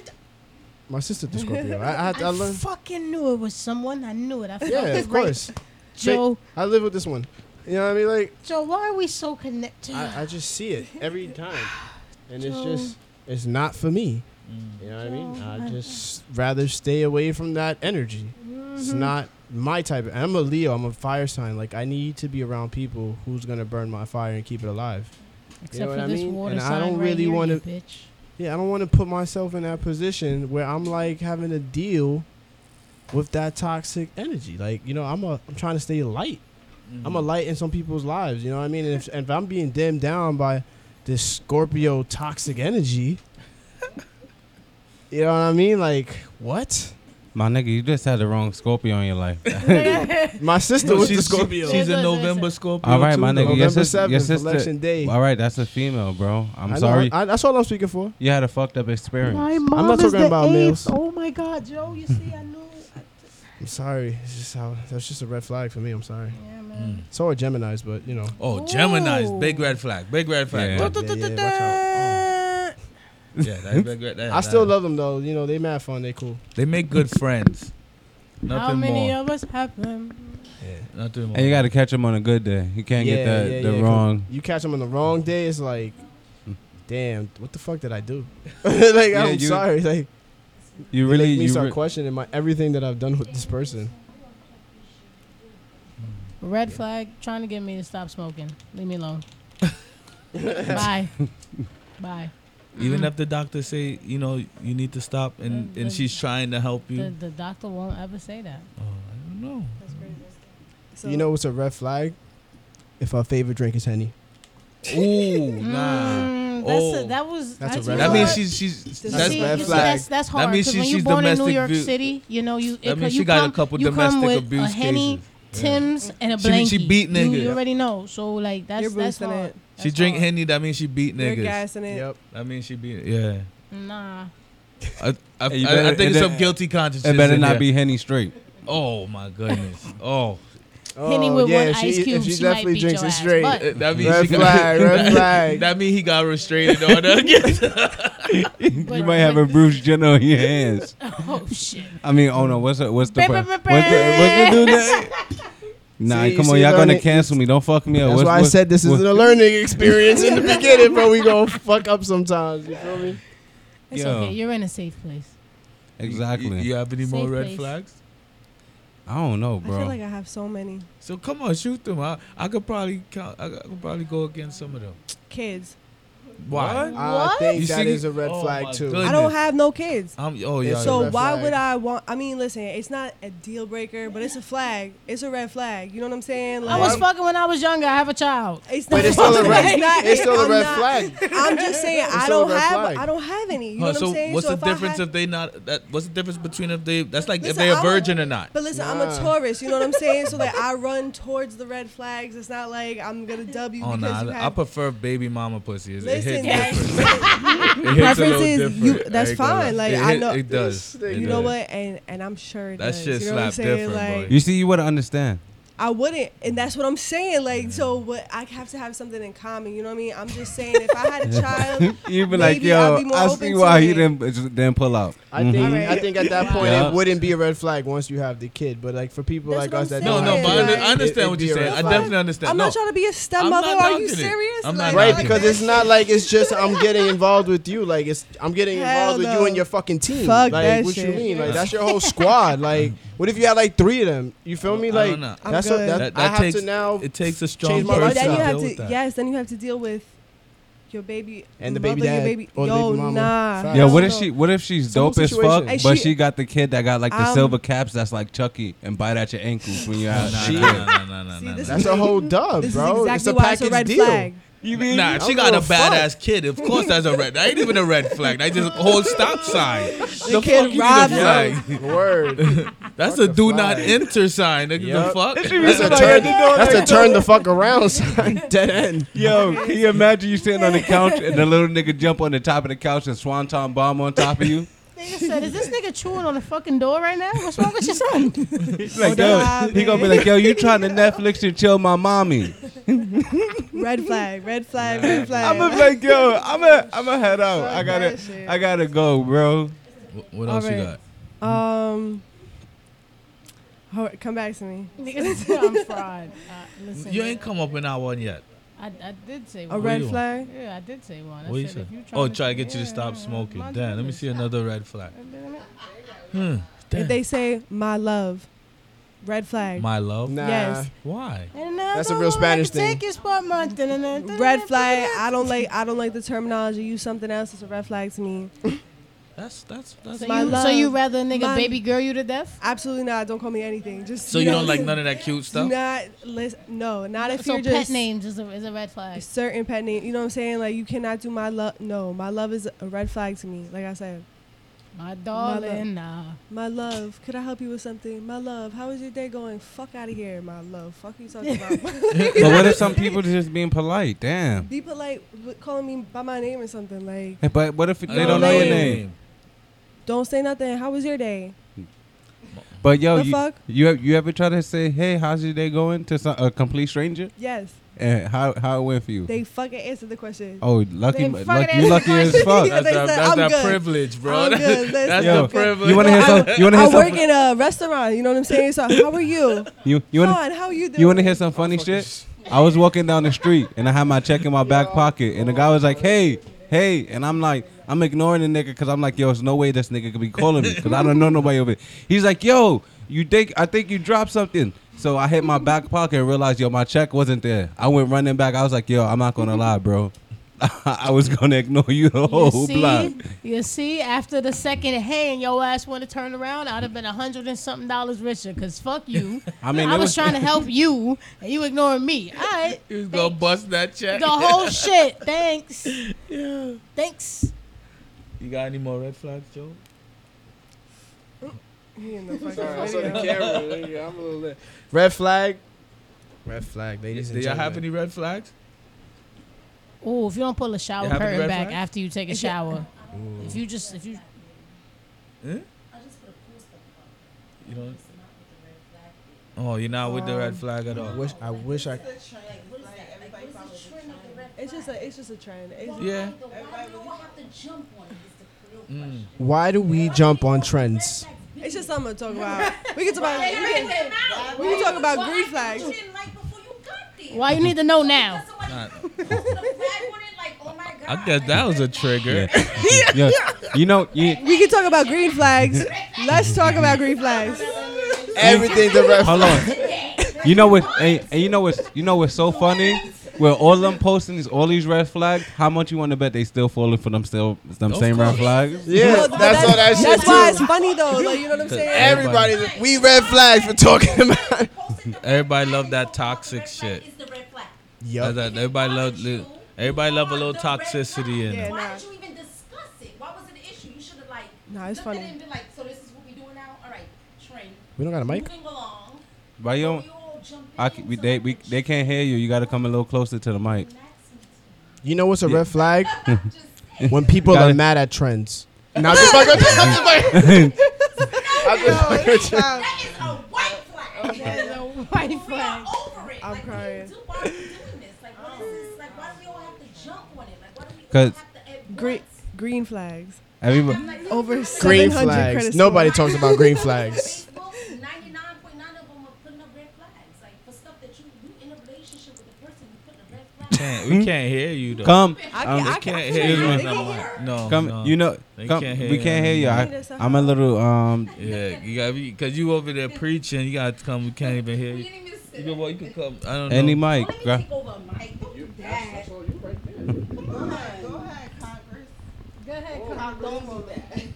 S3: My sister's a Scorpio. I I, I,
S4: I
S3: learned.
S4: fucking knew it was someone. I knew it. I felt
S3: Yeah,
S4: it
S3: of
S4: right.
S3: course.
S4: Joe,
S3: I live with this one. You know what I mean? Like
S4: Joe, why are we so connected?
S3: I, I just see it every time, and it's
S4: Joe.
S3: just it's not for me.
S2: Mm.
S3: You know what I mean?
S4: Joe,
S3: I
S4: I-
S3: just rather stay away from that energy.
S4: Mm-hmm.
S3: It's not my type. Of, I'm a Leo. I'm a fire sign. Like I need to be around people who's gonna burn my fire and keep it alive.
S4: Except
S3: know what
S4: for
S3: I
S4: this
S3: mean?
S4: water
S3: And I
S4: sign
S3: don't
S4: right
S3: really
S4: here,
S3: wanna-
S4: you bitch.
S3: Yeah, I don't want to put myself in that position where I'm like having to deal with that toxic energy. Like you know, I'm a I'm trying to stay light. I'm
S6: Mm.
S2: Mm.
S3: a light in some people's lives. You know what I mean? And if, and if I'm being dimmed down by this Scorpio toxic energy, you know what I mean? Like what?
S6: My nigga, you just had the wrong Scorpio in your life.
S3: My sister
S2: No,
S3: was the
S2: she's,
S3: Scorpio.
S2: she's a
S4: Listen,
S2: November Scorpio.
S6: All right,
S2: too,
S6: my
S2: though.
S6: nigga.
S3: November
S6: Your sister, your
S3: 7th,
S6: sister.
S3: election day.
S6: All right, that's a female, bro. I'm
S3: I know,
S6: sorry.
S3: I- that's all I'm speaking for.
S6: you had a fucked up experience.
S3: mom not is talking the about eighth. males.
S4: Oh my God, Joe! You see, I knew. I,
S3: I'm sorry. It's just how that's just a red flag for me. I'm sorry.
S4: yeah,
S2: Mm.
S4: man.
S3: So are Gemini's, but you know.
S2: Oh, Gemini's
S4: Ooh.
S2: big red flag. Big red flag.
S6: Yeah.
S2: Yeah,
S3: Yeah, yeah, watch Oh. out.
S2: that's big red. that-
S3: I still
S2: that-
S3: love them though. You know they mad fun. They cool.
S2: They make good friends. Nothing
S4: How many
S2: more.
S4: of us have them?
S2: Nothing more.
S6: And you got to catch him on a good day. You can't get
S3: Yeah,
S6: the,
S3: yeah,
S6: the
S3: yeah, 'cause
S6: wrong. Hmm.
S3: You catch them on the wrong day. It's like, damn, what the fuck did I do? like
S6: Yeah,
S3: I'm
S6: you-
S3: sorry. Like
S6: You
S3: It
S6: really
S3: make me
S6: you
S3: start
S6: re-
S3: questioning my everything that I've done with this person.
S4: Red flag trying to get me to stop smoking. Leave me alone. Bye. Bye. Mm-hmm.
S2: Even if the doctor say you know you need to stop and
S4: The-
S2: and
S4: the-
S2: she's trying to help
S4: The,
S2: you.
S4: the doctor won't ever say that.
S2: Oh, I don't know.
S5: so,
S3: you know what's a red flag? If our favorite drink is Henny.
S2: Ooh, nah.
S4: Mm, that's
S2: Oh.
S4: a, that was.
S3: That's a
S4: you
S3: red
S4: know
S2: Mm-hmm. That means
S4: what?
S2: she's she's
S5: You
S4: You
S2: that's
S4: see,
S3: red
S4: you see,
S3: flag.
S4: that's, that's hard.
S2: means
S4: 'cause
S2: she-
S4: when
S2: she's
S4: you born in New
S2: domestic
S4: York
S2: vi-
S4: City, you know you.
S2: that
S4: it,
S2: means
S4: you
S2: she got
S4: come,
S2: a couple
S4: you come
S2: domestic
S4: with a
S2: abuse
S4: henny,
S2: cases.
S4: Tim's, and a
S2: She-
S4: blankie.
S2: she beat
S4: You-
S2: nigga.
S4: You already know. So like that's
S5: you're
S4: that's
S5: boosting
S4: hard.
S5: it.
S4: That's
S2: She drink
S4: hard.
S2: henny. That means she beat
S5: You're
S2: niggas.
S5: gassing it.
S3: Yep.
S2: That means she beat. Yeah.
S4: Nah.
S2: I, I,
S6: Hey, you
S2: I- I
S6: better-
S2: think
S6: it
S2: it's some
S6: better-
S2: guilty conscience.
S6: It better not be Henny straight.
S2: Oh my goodness. Oh,
S4: Henny with one ice
S3: if
S4: cube,
S3: she,
S4: she might
S3: definitely
S4: beat
S3: drinks
S4: your
S3: it
S4: ass,
S3: straight.
S4: but-
S2: eh, that means
S3: Red
S2: she
S3: flag,
S2: Got,
S3: red flag.
S2: That mean he got restraining order. again.
S6: You might have a bruised Jenner on your hands.
S4: Oh shit.
S6: I mean, oh no, what's the what's the
S4: Bah,
S6: pro-
S4: bah,
S6: what's the,
S4: bah,
S6: what's the dude that? Nah,
S3: See,
S6: come
S3: see,
S6: on, y'all
S3: learning-
S6: gonna cancel me? Don't fuck me up.
S3: That's
S6: What's-
S3: why I
S6: what's-
S3: said this is
S6: what-
S3: a learning experience in the beginning, but we gonna fuck up sometimes. You feel me?
S4: It's
S6: Yo.
S4: okay. You're in a safe place.
S2: You,
S6: exactly.
S2: you have any more
S4: Safe
S2: red
S4: place.
S2: flags?
S6: I don't know,
S5: I
S6: bro.
S5: feel like I have so many
S2: So come on, shoot them. I, I could probably count. I, I could probably go against some of them.
S5: kids.
S2: Why?
S3: I think
S2: You
S3: that
S2: see-
S3: is a red
S2: oh my
S3: flag too.
S2: goodness.
S5: I don't have no kids.
S2: I'm, oh yeah.
S5: So
S3: red
S5: why
S3: flag.
S5: would I want? I mean, listen, it's not a deal breaker, but it's a flag. It's a red flag. You know what I'm saying?
S4: I was fucking when I was younger. I have a child.
S5: It's not,
S3: But it's still a red.
S5: not-
S3: It's still a
S5: I'm
S3: red
S5: not-
S3: flag.
S5: I'm just saying I
S3: still a
S5: don't
S3: red
S5: have
S3: flag.
S5: I don't have any. You know
S2: Huh,
S5: what
S2: so
S5: I'm saying?
S2: what's
S5: so
S2: the
S5: I
S2: difference
S5: had-
S2: if they not? That what's the difference between if they? That's like if
S5: Listen,
S2: they a
S5: I
S2: virgin
S5: would-
S2: or not.
S5: But listen, I'm
S3: Nah.
S5: a Taurus. You know what I'm saying? So like I run towards the red flags. It's not like I'm gonna dub you
S2: Oh
S5: because
S2: nah,
S5: you
S2: I- I
S5: have.
S2: prefer baby mama pussy. It, it hits
S5: listen,
S2: different.
S5: guys,
S2: It hits a little
S5: preferences,
S2: different.
S5: you-
S2: I
S5: that's
S2: ain't gonna lie.
S5: fine. Like,
S2: it,
S5: I
S2: hit-
S5: know-
S2: it does.
S3: This
S2: It
S5: you
S2: does.
S5: know what? And and I'm sure it
S2: That
S5: does.
S2: shit
S5: you know what I'm
S2: slap
S5: saying?
S2: different,
S5: like,
S2: boy.
S6: you see, you would understand.
S5: I wouldn't, and that's what I'm saying. Like, so what? I have to have something in common. You know what I mean? I'm just saying, if I had a child,
S6: You be
S5: Maybe
S6: like,
S5: I'll
S6: yo,
S5: be more
S6: I
S5: open
S6: see
S5: to
S6: why he
S5: it."
S6: didn't just didn't pull out.
S3: I
S6: Mhm.
S3: think
S5: Alright.
S3: I think at that point
S6: Yeah.
S3: it wouldn't be a red flag once you have the kid, but like for people
S5: That's
S3: like
S5: what
S3: us
S5: I'm
S3: that
S2: No,
S3: don't
S5: saying.
S2: no,
S3: have
S2: but I,
S3: kids,
S2: under,
S5: Like,
S2: I understand what you're
S3: it'd be a
S2: saying.
S3: red
S2: I
S3: flag.
S2: definitely understand.
S5: I'm
S2: no.
S5: not trying to be a stepmother.
S2: I'm not
S5: Are you
S2: knocking it.
S5: serious?
S2: I'm not
S5: like,
S3: Right,
S2: knocking
S3: because it's not like it's just I'm getting involved with you. Like it's I'm getting
S5: Hell
S3: involved with you
S5: no.
S3: and your fucking team.
S5: Fuck
S3: like
S5: that
S3: what you
S5: shit.
S3: mean? Like that's your whole squad. Like what if you had like three of them? You feel me?
S2: I
S3: Like
S2: don't know.
S5: I'm
S3: that's what
S5: good.
S3: that,
S2: That-
S3: I
S2: that
S3: have
S2: takes-
S3: to now.
S2: It takes a strong
S3: Change my
S5: Yeah,
S2: person
S5: but
S3: lifestyle.
S5: then you
S2: to
S5: have
S2: deal with
S5: to,
S2: that.
S5: yes, then you have to deal with your baby
S3: And the baby
S5: mother, your
S3: dad
S5: baby,
S3: or the
S5: yo,
S3: baby mama.
S5: nah.
S3: Facts.
S6: Yo,
S5: hell
S6: what if
S5: no.
S6: she? What if she's
S3: Some
S6: dope as
S3: situation.
S6: fuck,
S5: Hey,
S6: but
S5: she-
S6: she got the kid that got like the
S5: Um,
S6: silver caps that's like Chucky and bite at your ankles when you're out.
S2: Nah,
S3: She-
S2: nah, nah, nah, nah,
S5: See,
S2: nah,
S5: this
S2: nah.
S3: That's a whole dub,
S5: This
S3: bro.
S5: is exactly
S3: it's a
S5: why
S3: package
S5: it's a red
S3: deal.
S5: flag.
S2: Nah,
S3: I
S2: she
S3: don't
S2: got
S3: give
S2: a
S3: a fuck.
S2: badass kid. Of course, that's a red. That ain't even a red flag. That just a whole stop sign. The,
S5: kid
S2: fuck you
S5: robbed
S2: the flag.
S3: Oh, Word.
S2: That's
S3: Fuck
S2: a
S3: the
S2: do not
S3: flag.
S2: enter sign. Nigga,
S3: Yup.
S2: the fuck.
S3: That's a turn. That's a turn the fuck around sign. Dead end.
S6: Yo, can you imagine you sitting on the couch and the little nigga jump on the top of the couch and swanton bomb on top of you?
S4: Nigga said, is this nigga chewing on the fucking door right now? What's wrong with your son?
S6: He's like, yo, he gonna be like, yo, you trying to Netflix and chill my mommy?
S5: Red flag, red flag, red flag.
S6: I'm gonna be like, yo, I'm gonna, I'm gonna head out.
S5: Fuck
S6: I
S5: that
S6: gotta,
S5: shit.
S6: I gotta go, bro.
S2: Wh- What else you
S5: Alright.
S2: got?
S5: Um, all right, come back to me.
S4: Nigga said, I'm fried. Uh, listen,
S2: You ain't come up in that one yet.
S4: I, I did say
S5: A
S4: one.
S5: red
S2: you on?
S5: flag.
S4: Yeah, I did say one. I
S2: What you
S4: said,
S2: say?
S4: if you
S2: Oh,
S4: tryna-
S2: try to get you to
S4: yeah,
S2: stop
S4: yeah,
S2: smoking.
S4: my
S2: Damn, let me
S4: goodness.
S2: see another red flag. Hmm.
S5: If
S2: Damn.
S5: they say my love, red flag.
S2: My love.
S3: Nah.
S5: Yes.
S2: Why?
S4: And I
S3: That's a
S4: don't
S3: real
S4: wanna
S3: Spanish thing.
S4: Take your spot, my- dun-dun-dun,
S5: Red flag. I don't like. I don't like the terminology. Use something else. It's a red flag to me.
S2: That's that's that's.
S4: So,
S5: My
S4: you, so
S5: love.
S4: you rather a nigga
S5: My-
S4: baby girl you to death?
S5: Absolutely not. Don't call me anything. Just
S2: So you don't like none of that cute
S5: Do
S2: stuff.
S5: not listen. No, not if
S4: so
S5: you're
S4: pet
S5: just
S4: names is a, is a red flag.
S5: certain pet name. You know what I'm saying? Like you cannot do my love. No, my love is a red flag to me. Like I said,
S4: My darling, nah.
S5: my love. Could I help you with something? My love. How is your day going? Fuck out of here, my love. Fuck you talking about.
S6: But what if some people just being polite? Damn.
S5: Be polite with calling me by my name or something. Like,
S6: Hey, But what if they
S2: I
S6: don't know your name?
S5: don't say nothing. How was your day?
S6: But yo,
S5: The
S6: you,
S5: fuck?
S6: you have- you ever try to say, hey, how's your day going to some, a complete stranger?
S5: Yes.
S6: And how how it went for you?
S5: They fucking answered the question.
S6: oh, lucky,
S4: They
S6: mu-
S4: fucking
S6: lucky you
S4: asked the
S6: lucky as
S5: question.
S6: fuck.
S5: Yeah,
S2: That's
S5: they
S2: that,
S5: said,
S2: that's
S5: "I'm
S2: that
S5: good."
S2: privilege, bro.
S5: I'm good.
S2: That's, that's
S5: Yo,
S2: the privilege.
S6: You want to hear
S5: I-
S6: some? You want to
S5: I
S6: hear
S5: work
S6: some?
S5: in a restaurant. You know what I'm saying? So how are you?
S6: You you want to
S5: Fine. How are you doing?
S6: you want to hear some funny shit? I was walking down the street and I had my check in my back pocket and the guy was like, hey, hey, and I'm like. I'm ignoring the nigga because I'm like, yo, there's no way this nigga could be calling me because I don't know nobody over there. He's like, yo, you think I think you dropped something? So I hit my back pocket and realized, yo, my check wasn't there. I went running back. I was like, yo, I'm not gonna lie, bro. I was gonna ignore you the
S4: You
S6: whole Oh, block.
S4: see, you see, after the second hey and your ass want to turn around, I'd have been a hundred and something dollars richer. Cause fuck you.
S6: I mean,
S4: I
S6: it
S4: was
S6: was-
S4: trying to help you, and you ignoring me. All right,
S2: You was gonna bust that check.
S4: the whole shit. Thanks,
S2: Yeah.
S4: thanks.
S2: You got any more red flags, Joe?
S5: He in the fucking
S3: Sorry, I saw the
S5: video.
S3: camera. nigga. I'm a little lit. Red flag. Red flag,
S2: Do
S3: ladies and
S2: y'all
S3: gentlemen.
S2: have any red flags?
S4: Oh, if you don't pull a shower
S2: You have a
S4: curtain
S2: red
S4: back
S2: flag?
S4: after you take a shower, if you just if you
S2: You don't. Oh, you're not with the red flag at
S3: I
S2: all.
S3: wish I wish I.
S5: It's just a it's just a trend. It's just-
S2: Yeah. Mm.
S3: Why do we jump on trends?
S5: It's just something to talk about. We can talk about we can, we can talk about green flags.
S4: why you need to know now.
S7: oh
S2: I guess that was a trigger.
S6: Yo, you know, you,
S5: We can talk about green flags. Let's talk about green flags.
S3: Everything's a red
S6: Hold on. You know what? And, and you know what's you know what's so funny? Where all them posting is all these red flags. How much you want to bet they still falling for them still them
S2: Of
S6: same red
S2: course.
S6: flags?
S3: Yeah,
S5: Well,
S3: that's, all that shit
S5: That's why it's
S3: too.
S5: funny though. Like you know what I'm saying?
S3: Everybody, we red flags for talking about.
S2: Everybody love that toxic shit. That's
S3: Yup.
S2: that- Everybody love. li- Everybody love a little toxicity in
S5: Yeah,
S2: them.
S5: nah.
S7: Why did you even discuss it? Why was it an issue? You should have like
S5: Nah, it's
S7: looked
S5: funny.
S7: at it and been like, so this is what we doing now? All right, trend.
S3: We don't got a mic.
S7: Moving along.
S6: Why you don't?
S7: We all jump
S6: I, c-
S7: in
S6: we,
S7: to
S6: they
S7: like
S6: we,
S7: the
S6: they can't hear you. You got to come a little closer to the mic.
S3: You know what's a red flag?
S7: trend. Just say,
S3: When people
S6: Got
S3: are
S6: it.
S3: mad at trends. Now just like
S7: no, that is a white flag.
S4: White flag.
S5: crying.
S7: not over it.
S5: I'm
S7: like,
S5: crying.
S7: Do, why are we doing this? Like, what is this? Like, why do we all have to jump on it? Like, why do we all
S6: 'Cause-
S7: have to at
S5: Green,
S7: once?
S5: green flags.
S6: Everybody,
S7: I'm like, look,
S5: Over
S7: look,
S3: Green
S5: 700
S3: flags.
S5: credits
S3: Nobody
S5: score.
S3: talks about green flags.
S7: Facebook, 99.9 of them are putting up red flags. Like, for stuff that you, you in a relationship with a person, you put a red flag.
S2: Can't- we can't hear you though.
S6: come,
S5: I can't,
S6: Um,
S5: I
S2: We
S5: can't,
S2: can't
S5: I
S2: hear you.
S5: feel like
S6: Here's
S5: they
S6: my-
S5: can hear.
S2: No,
S6: come.
S2: Oh, no.
S6: You know,
S2: They
S6: come,
S2: can't hear
S6: we can't hear
S2: you.
S6: you.
S5: Need
S6: I,
S5: us to
S6: I'm a
S5: help.
S6: little um.
S2: Yeah, you got to because you over there preaching. You got to come. We can't even hear
S7: You
S2: you.
S7: didn't even sit.
S2: You know what? You can come. I don't
S6: Any
S2: know.
S6: mic,
S7: Don't let me
S6: gra-
S7: take over a mic. Don't do that.
S8: Go ahead, Congress.
S4: Go ahead,
S8: I'm going to that.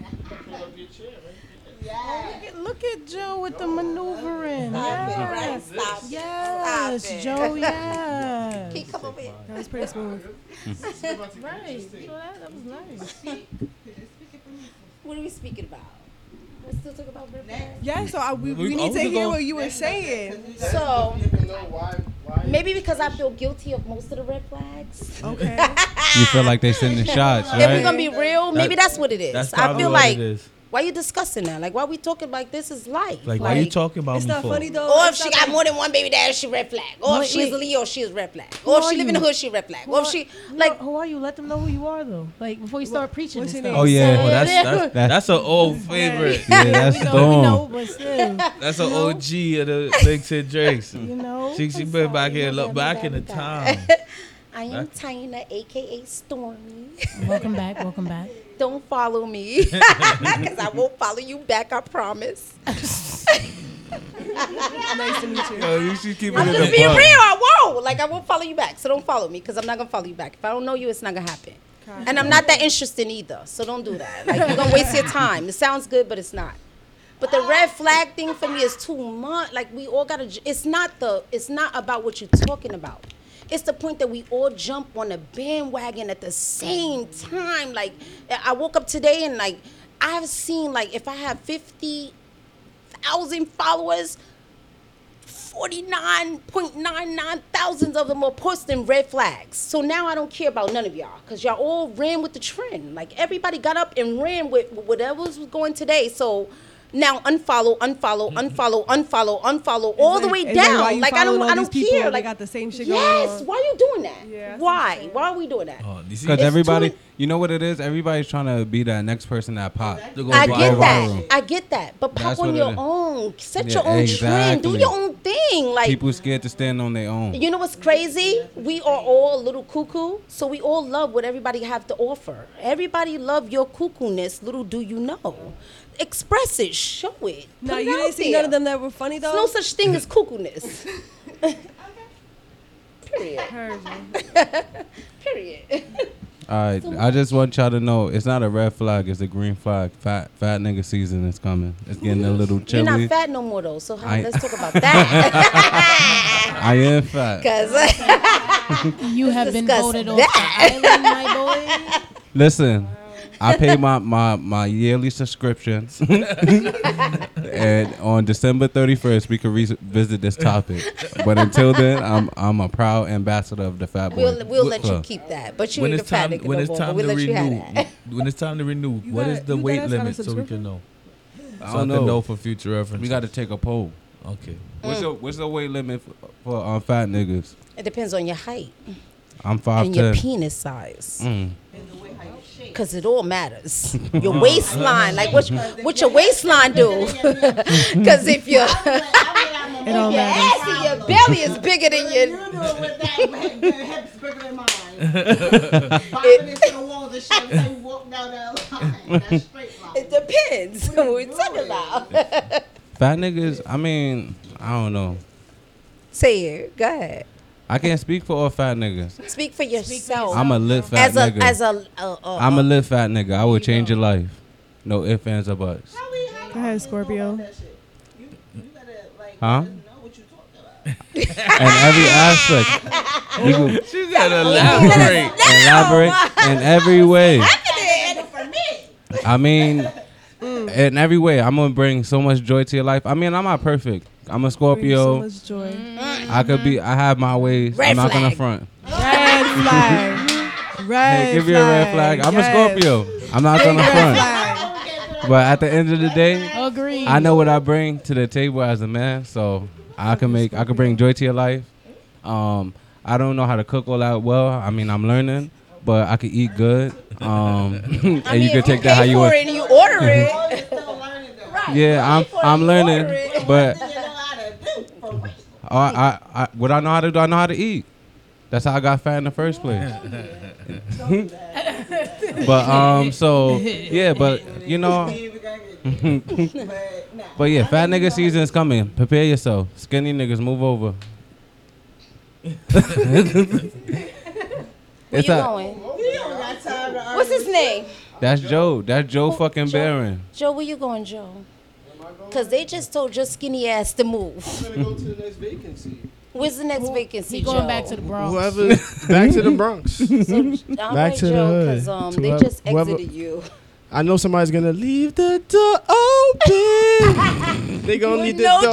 S8: Yeah.
S4: Look at, look at Joe with the maneuvering.
S8: Stop it, right?
S4: Yes,
S8: Stop it. Stop
S4: yes
S8: it.
S4: Joe, yes.
S8: He come over here.
S5: That was pretty smooth.
S4: Right. So that, that was nice.
S7: What are we speaking about? We're still talking about red flags.
S5: Yeah, so I, we,
S2: We-
S5: we
S2: I
S5: need
S2: was
S5: to hear
S2: gonna-
S5: what you were saying.
S7: So maybe because I feel guilty of most of the red flags.
S5: Okay.
S6: You feel like they sending shots,
S7: If we're
S6: right?
S7: gonna be real, maybe that's what it is.
S2: That's
S7: I
S2: probably
S7: feel
S2: what
S7: like
S2: it is.
S7: why you discussing that? Like why we talking like this is life?
S2: Like, why you talking about
S5: It's
S2: me
S5: not
S2: for?
S5: funny though.
S7: Or if
S5: It's
S7: Oh, she
S5: not
S7: got
S5: like-
S7: more than one baby dad, she red flag. Or
S4: Wait,
S7: if she's
S4: wait.
S7: Leo, she's red flag. Or if
S4: are
S7: she live in the
S4: you?
S7: hood, she red flag.
S4: Who
S7: Or if
S4: are-
S7: she
S4: who
S7: like
S4: are- who are you? Let them know who you are though. Like before you start preaching and
S5: what's your
S4: stuff.
S5: name?
S2: Oh yeah,
S4: Yeah.
S2: oh, that's that's that's an old favorite.
S6: Yeah, that's
S4: We know, we
S6: Storm.
S4: know, but still,
S2: That's an OG of the Big and Drakes.
S4: you know.
S2: She she been back here, look back in the time.
S7: I am Tina, aka Stormy.
S4: Welcome back. Welcome back.
S7: Don't follow me. Cause I won't follow you back, I promise.
S5: Nice to meet you.
S2: Yo, you should keep it
S7: I'm
S2: in
S7: just
S2: the
S7: being real.
S2: buck.
S7: I won't. Like I won't follow you back. So don't follow me because I'm not gonna follow you back. If I don't know you, it's not gonna happen.
S5: Okay.
S7: And I'm not that interested either. So don't do that. Like you're gonna waste your time. It sounds good, but it's not. But the red flag thing for me is too much. Like we all gotta. j- It's not the. It's not about what you're talking about. It's the point that we all jump on a bandwagon at the same time. Like I woke up today and like I've seen like if I have fifty thousand followers, 49.99 thousands of them are posting red flags. So now I don't care about none of y'all because y'all all ran with the trend. Like everybody got up and ran with with whatever was going today. So now unfollow, unfollow,
S5: Mm-hmm.
S7: unfollow, unfollow, unfollow all the
S5: It's
S7: way
S5: like- it's like,
S7: down.
S5: why
S7: Like,
S5: you
S7: I
S5: following all
S7: don't, I
S5: these
S7: don't
S5: people
S7: care.
S5: that
S7: Like
S5: got the same shit going
S7: yes,
S5: on?
S7: why are you doing that?
S5: Yeah, that's what I'm
S7: why?
S5: saying.
S7: Why are we doing that?
S2: Oh, you see,
S6: Because
S7: too
S6: everybody,
S7: many-
S6: you know what it is. Everybody's trying to be that next person that pop.
S2: They're gonna
S7: I
S2: go
S7: get that.
S6: viral.
S7: I get that. But pop
S6: That's
S7: on
S6: what it
S7: your
S6: is.
S7: own. Set
S6: Yeah,
S7: your own trend. Do
S6: exactly.
S7: your own thing. Like
S6: People scared to stand on their own.
S7: You know what's crazy? We are all a little cuckoo, so we all love what everybody have to offer. Everybody love your cuckoo-ness, little do you know. Express it, show it.
S5: No,
S7: put it
S5: you
S7: out
S5: didn't see
S7: there.
S5: none of them that were funny though.
S7: There's no such thing as cuckoo-ness. Period.
S5: Heard you.
S7: Period.
S6: All right, I just want y'all to know it's not a red flag; it's a green flag. Fat fat nigga season is coming. It's getting a little
S7: You're
S6: chilly.
S7: not fat no more though, so how,
S6: I-
S7: let's talk about that.
S6: I am fat.
S7: Because
S4: You have been
S7: discuss
S4: voted off the island, my boy.
S6: Listen, I pay my my my yearly subscription, and on December thirty first we can revisit this topic. But until then, I'm I'm a proud ambassador of the Fat Boy.
S7: we'll we'll let you
S6: Club.
S7: keep that, but you
S2: when
S7: ain't a
S2: it's
S7: fat
S2: time,
S7: nigga
S2: when
S7: no
S2: it's
S7: more,
S2: time
S7: but
S2: to
S7: we'll let you
S2: renew,
S7: have that.
S2: when it's time to renew, what is
S5: gotta-
S2: the
S5: you
S2: weight
S5: gotta sign a
S2: limit so we can
S5: subscription?
S2: know?
S6: I
S2: so I
S6: don't
S2: can know
S6: know.
S2: for future reference.
S6: We got to take a poll.
S2: okay.
S7: Mm.
S6: What's the what's the weight limit for, for um, fat niggas?
S7: It depends on your height
S6: I'm five
S7: and your
S6: ten.
S7: penis size.
S6: Mm.
S8: And the way how you shake.
S7: Cause it all matters. Your waistline, like what, what your waistline do? Cause if your
S8: it
S4: don't
S7: your ass and your belly is bigger than
S8: You do
S7: your,
S8: it with that man, your hips bigger than mine. Bobbing into the walls and shit. That's how you walk down that line. That straight line.
S7: it depends. What we talking about?
S6: Fat niggas. I mean, I don't know.
S7: Say it. Go ahead.
S6: I can't speak for all fat niggas.
S7: Speak for yourself.
S6: I'm a lit fat
S7: as a
S6: nigga.
S7: as a. Uh, uh,
S6: I'm a lit fat nigga. I would change your life. No ifs, ands, or buts.
S8: How we how
S5: Go ahead, Scorpio.
S8: that shit? You you gotta like
S6: Huh?
S8: just know what you talking about.
S6: And every aspect. You can
S2: She said elaborate.
S6: elaborate in every way.
S8: But for me, Mm.
S6: I mean, in every way. I'm going to bring so much joy to your life. I mean, I'm not perfect. I'm a
S5: Brings so
S6: Scorpio.
S5: much joy.
S6: I could be, I have my ways.
S7: Red
S6: I'm not going
S7: flag.
S6: to front.
S5: Red flag. Red
S6: Hey, give me a red flag. I'm a Scorpio. I'm not going to front.
S8: I don't get that.
S6: But at the end of the day,
S4: Agreed.
S6: I know what I bring to the table as a man, so I can make I can bring joy to your life. Um, I don't know how to cook all that well. I mean, I'm learning, but I can eat good. Um, and
S7: I
S6: you
S7: mean,
S6: can
S7: if
S6: take
S7: you
S6: that
S7: pay
S6: how you
S7: for
S6: want. Mm-hmm.
S7: it and you order it.
S8: You're still learning though.
S7: right.
S6: Yeah, I'm
S7: Pay for it,
S6: I'm
S7: you
S6: learning,
S7: order it.
S6: but
S8: You know how to do for real.
S6: I, I, I what I know how to do, I know how to eat. That's how I got fat in the first place. but um, so yeah, but you know.
S8: You even gonna get- but nah.
S6: But yeah,
S8: I
S6: fat
S8: think you
S6: nigga
S8: know-
S6: season is coming. Prepare yourself. Skinny niggas, move over.
S7: Where
S6: it's
S7: you
S6: a,
S7: going?
S8: We don't got time to argue.
S7: What's his name?
S6: that's Joe. That's Joe fucking
S7: Joe?
S6: Barron.
S7: Joe, where you going, Joe? Cause they just told your skinny ass to move.
S3: I'm gonna go to the next vacancy.
S7: Where's the next vacancy,
S4: He going
S7: Joe?
S4: back to the Bronx.
S3: Whoever, back to the Bronx.
S7: So, I'm
S3: Back
S7: with
S3: to the
S7: Joe,
S3: hood.
S7: cause um,
S3: To
S7: they
S3: whoever-
S7: just
S3: whoever-
S7: exited you.
S3: I know somebody's gonna leave the door open. they gonna leave the
S7: No
S3: door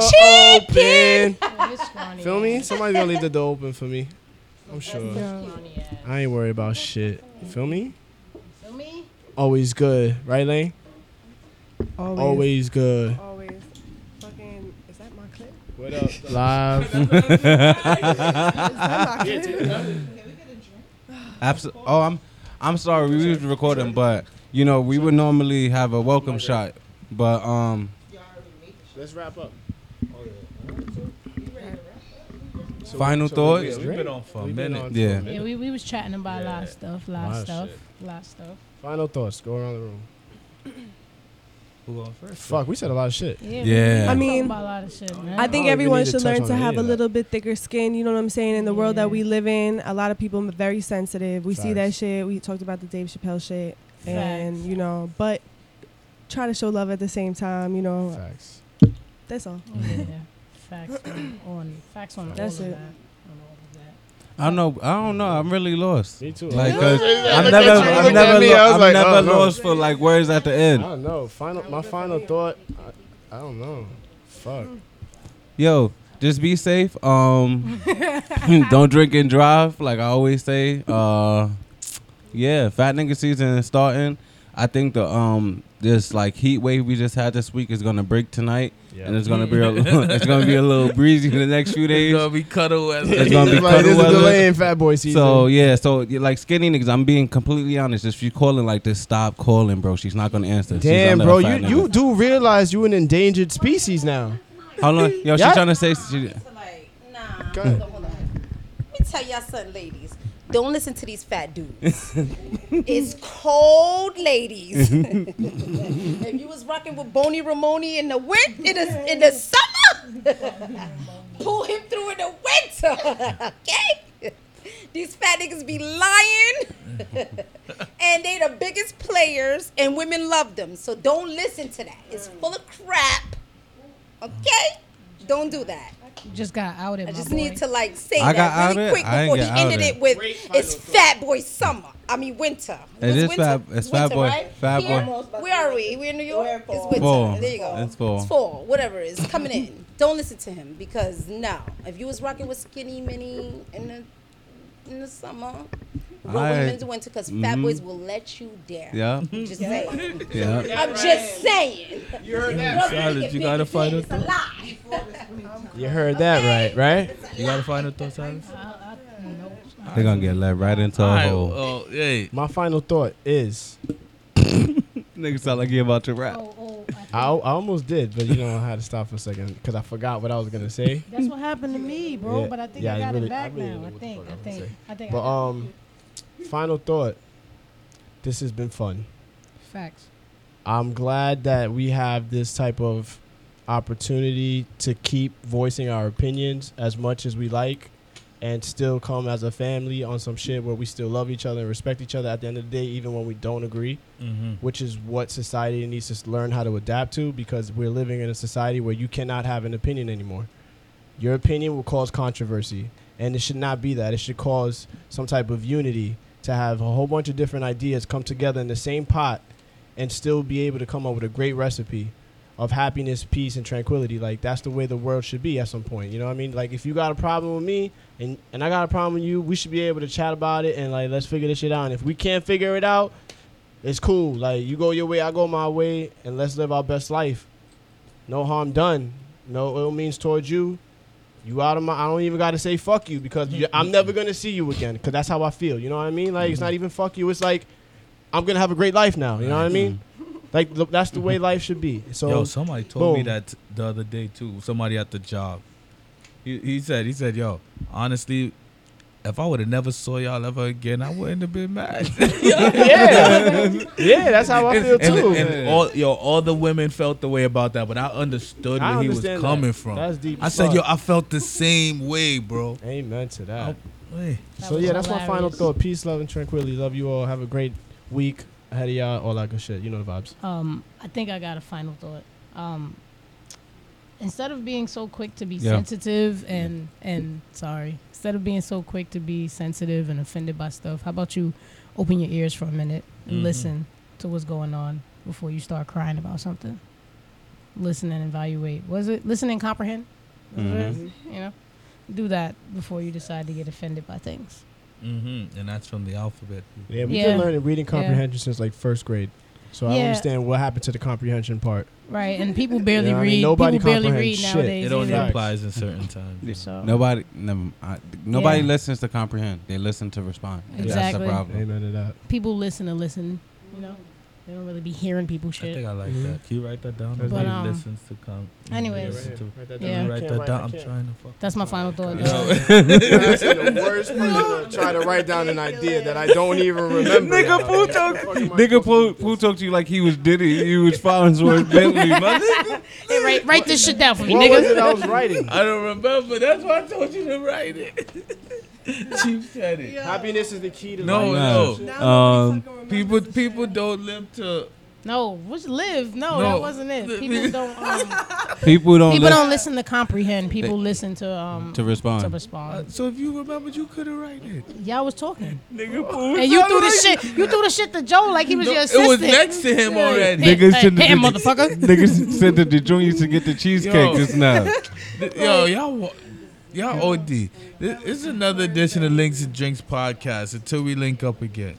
S3: open.
S7: chicken.
S4: Oh, this scrawny
S3: Feel me?
S4: ass.
S3: Somebody's gonna leave the door open for me. I'm sure.
S4: Scrawny ass.
S3: I ain't worried about shit. Feel me?
S4: Feel me?
S3: Always good, right, Lane?
S5: Always.
S3: Always good.
S5: Always. Fucking. Is that my clip?
S3: What up? Live.
S5: Is that my clip?
S6: Absol- oh, I'm I'm sorry. We was recording, but you know we would normally have a welcome shot, but um,
S3: Let's wrap up.
S6: final thoughts.
S2: we've been on for a
S3: We've been
S2: minute.
S3: on for
S6: Yeah.
S3: a minute.
S4: Yeah, we, we was chatting about a lot of stuff, lot
S3: Lot
S4: of
S3: of
S4: stuff,
S3: shit.
S4: lot of stuff.
S3: Final thoughts. Go around the room.
S2: Who going first?
S3: Fuck, we said a lot of shit.
S4: Yeah.
S6: Yeah.
S4: I
S5: I
S4: mean,
S5: mean,
S4: about a lot of shit, man.
S5: I think
S3: don't even
S5: everyone
S3: Oh, need to
S5: should
S3: touch
S5: learn
S3: on
S5: to
S3: any
S5: have
S3: of
S5: a
S3: that.
S5: little bit thicker skin. You know what I'm saying? In the world
S4: Yeah.
S5: that we live in, a lot of people are very sensitive. We see that
S3: Facts.
S5: shit. We talked about the Dave Chappelle shit, and
S4: Facts.
S5: you know, but try to show love at the same time. You know,
S3: Facts.
S5: that's all.
S4: Yeah. Facts on, on facts on
S5: That's
S4: all of
S5: it.
S4: that. On all of that.
S6: I don't know. I don't know. I'm really lost.
S3: Me too.
S6: Like,
S3: I
S6: i I'm
S3: looked
S6: never,
S3: at you, you
S6: I'm
S3: looked
S6: never,
S3: at me,
S6: lo-
S3: I was
S6: I'm
S3: like,
S6: never
S3: oh, no.
S6: lost for like words at the end.
S3: don't know. Final. My final thought. I, I don't know. Fuck.
S6: Yo, just be safe. Um, don't drink and drive, like I always say. Uh, yeah, fat nigga season is starting. I think the um this like heat wave we just had this week is gonna break tonight, and it's gonna be a, it's gonna be a little breezy for the next few
S2: It's
S6: days.
S2: gonna be cuddle as
S6: It's gonna be
S3: like, this is
S6: cuddle weather.
S3: delay in Fat Boy season.
S6: So yeah, so yeah, like skinny niggas, I'm being completely honest. If you calling like this, stop calling, bro. She's not gonna answer. She's
S3: Damn,
S6: under a
S3: bro, you,
S6: fat nigga.
S3: you do realize you an endangered species now.
S6: hold on, yo,
S3: Yeah.
S6: she's trying to say she,
S7: So, like, nah,
S3: Go ahead.
S7: hold on, hold on. Let me tell y'all something, ladies. Don't listen to these fat dudes. it's cold, ladies. if you was rocking with Boney Ramoni in the winter, in the, in the summer, pull him through in the winter, okay? These fat niggas be lying, and they the biggest players, and women love them. So don't listen to that. It's full of crap, okay? Don't do that.
S4: Just got outed,
S7: I
S4: my
S7: just
S4: boy.
S7: need to like say
S6: I got out
S7: that
S6: of
S7: really
S6: it.
S7: quick
S6: I ain't
S7: before he
S6: get out
S7: ended
S6: of it.
S7: it with it's Fat Boy Summer. I mean winter.
S6: It
S7: What's
S6: is
S7: winter?
S6: Fat- it's Fat
S7: winter,
S6: Boy.
S7: Right?
S6: Fat
S7: Here?
S6: Boy.
S7: Where are we? We're in New York.
S8: We're in
S7: It's
S8: fall.
S7: winter.
S6: Fall.
S7: There you go.
S6: It's fall.
S7: It's fall. Whatever it is coming in. Don't listen to him because no. If you was rocking with Skinny Mini in the in the summer, roll with him
S6: I-
S7: in the winter because Fat
S6: Mhm.
S7: Boys will let you down.
S6: yeah,
S7: I'm just saying.
S6: yeah.
S7: I'm just saying.
S3: You heard
S2: Charlotte, you gotta find
S7: It's a lie.
S3: You heard that right, right?
S2: You gotta find a thought, Silas.
S6: They're gonna get led right into a hole.
S2: Oh, hey.
S3: My final thought is,
S6: Nigga sound like he about to rap.
S4: Oh, oh, I
S3: I, I almost did, but you know I had to stop for a second because I forgot what I was gonna say.
S4: That's what happened to me, bro.
S3: Yeah,
S4: But I think
S3: yeah,
S4: I
S3: I
S4: got
S3: really-
S4: it back
S3: I really
S4: now.
S3: don't
S4: I
S3: know
S4: think.
S3: what
S4: I
S3: the fuck I
S4: think.
S3: was
S4: I think.
S3: But
S4: I got
S3: um, final thought. This has been fun.
S4: facts.
S3: I'm glad that we have this type of opportunity to keep voicing our opinions as much as we like and still come as a family on some shit where we still love each other and respect each other at the end of the day, even when we don't agree,
S2: Mm-hmm.
S3: which is what society needs to s- learn how to adapt to because we're living in a society where you cannot have an opinion anymore. Your opinion will cause controversy, and it should not be that. It should cause some type of unity to have a whole bunch of different ideas come together in the same pot and still be able to come up with a great recipe of happiness, peace, and tranquility. Like that's the way the world should be at some point. You know what I mean? Like if you got a problem with me and and I got a problem with you, we should be able to chat about it and like let's figure this shit out. And if we can't figure it out, it's cool. Like you go your way, I go my way, and let's live our best life. No harm done. No ill means towards you. You out of my. I don't even gotta say fuck you because you, I'm never gonna see you again. Cause that's how I feel. You know what I mean? Like it's not even fuck you. It's like I'm gonna have a great life now. You know what I mean? Like th- that's the way life should be. So
S2: yo, somebody told me
S3: boom.
S2: that the other day too. Somebody at the job. He, he said, he said, yo, honestly, if I would have never saw y'all ever again, I wouldn't have been mad.
S3: yeah, yeah, that's how I feel
S2: and,
S3: too.
S2: and all yo, all the women felt the way about that, but I understood
S3: I
S2: where he was
S3: understand that.
S2: coming from.
S3: That's deep
S2: I
S3: as
S2: said,
S3: fuck.
S2: yo, I felt the same way, bro.
S3: Amen to that.
S2: Hey.
S4: That
S3: so
S4: was
S3: yeah, that's my final
S4: hilarious.
S3: thought. Peace, love, and tranquility. Love you all. Have a great week ahead of y'all. All that good shit. You know the vibes.
S4: Um, I think I got a final thought. Um, instead of being so quick to be
S6: Yeah.
S4: sensitive and and sorry, instead of being so quick to be sensitive and offended by stuff, how about you open your ears for a minute and
S3: Mm-hmm.
S2: Mhm.
S4: listen to what's going on before you start crying about something. Listen and evaluate. Was it listen and comprehend? Is that what it is?
S3: Mm-hmm.
S4: You know, do that before you decide to get offended by things.
S2: Mm-hmm. And that's from the alphabet.
S3: Yeah, we've
S4: Yeah.
S3: been learning reading
S4: Yeah.
S3: comprehension since like first grade. So I
S4: Yeah.
S3: understand what happened to the comprehension part.
S4: Right, and people barely
S3: Yeah, I mean,
S4: read.
S3: nobody
S4: people barely read
S3: comprehends shit.
S4: nowadays.
S2: It only
S4: either.
S3: Facts.
S2: applies in certain times.
S4: So-
S6: Nobody, never, I, nobody
S4: Oh. Yeah.
S6: listens to comprehend. They listen to respond. And That's the
S4: Exactly.
S6: problem.
S3: Amen to that.
S4: people listen to listen. You know, they don't really be hearing people
S2: I
S4: shit.
S2: think I like
S3: Mhm.
S2: that. Can you write that down?
S3: But,
S2: Nobody
S4: um,
S2: listens to come.
S4: anyways.
S2: listen to-
S4: Yeah.
S2: Write that down. I'm trying to fuck.
S4: That's my final thought.
S3: God.
S4: dog.
S3: I'm the worst person to try to write down an idea that I don't even remember.
S6: Nigga, Pooh talk, nigga, Pooh, Pooh talked to you like he was Diddy. He was Farnsworth Bentley. my nigga.
S4: Hey, write, write this shit down for me,
S3: What was
S4: nigga.
S3: it I was writing?
S2: I don't remember. That's why I told you to write it. Chief said it.
S3: Happiness is the key to
S2: No,
S3: life.
S6: no.
S2: no.
S6: Um,
S2: People, people don't live to.
S4: No, which live? No,
S2: No.
S4: that wasn't it. People don't. Um,
S6: people don't
S4: people
S6: listen
S4: don't listen to comprehend. People listen to um
S6: to
S4: to,
S6: respond.
S2: Uh,
S4: respond.
S2: so if you remembered, you could have written it.
S4: Y'all was talking,
S2: Nigga, Pooh
S4: and you
S2: said
S4: threw the
S2: it.
S4: shit. You threw the shit to Joe like he was
S2: No,
S4: your assistant.
S2: It was next to him already.
S4: Hey,
S6: Niggas
S4: hey,
S6: shouldn't
S4: hey,
S6: have did-
S4: motherfucker.
S6: Niggas said that the joint used to get the cheesecake
S2: Yo.
S6: just now.
S2: Yo, y'all, wa- y'all OD. This, this is another edition of Links and Drinks podcast. Until we link up again.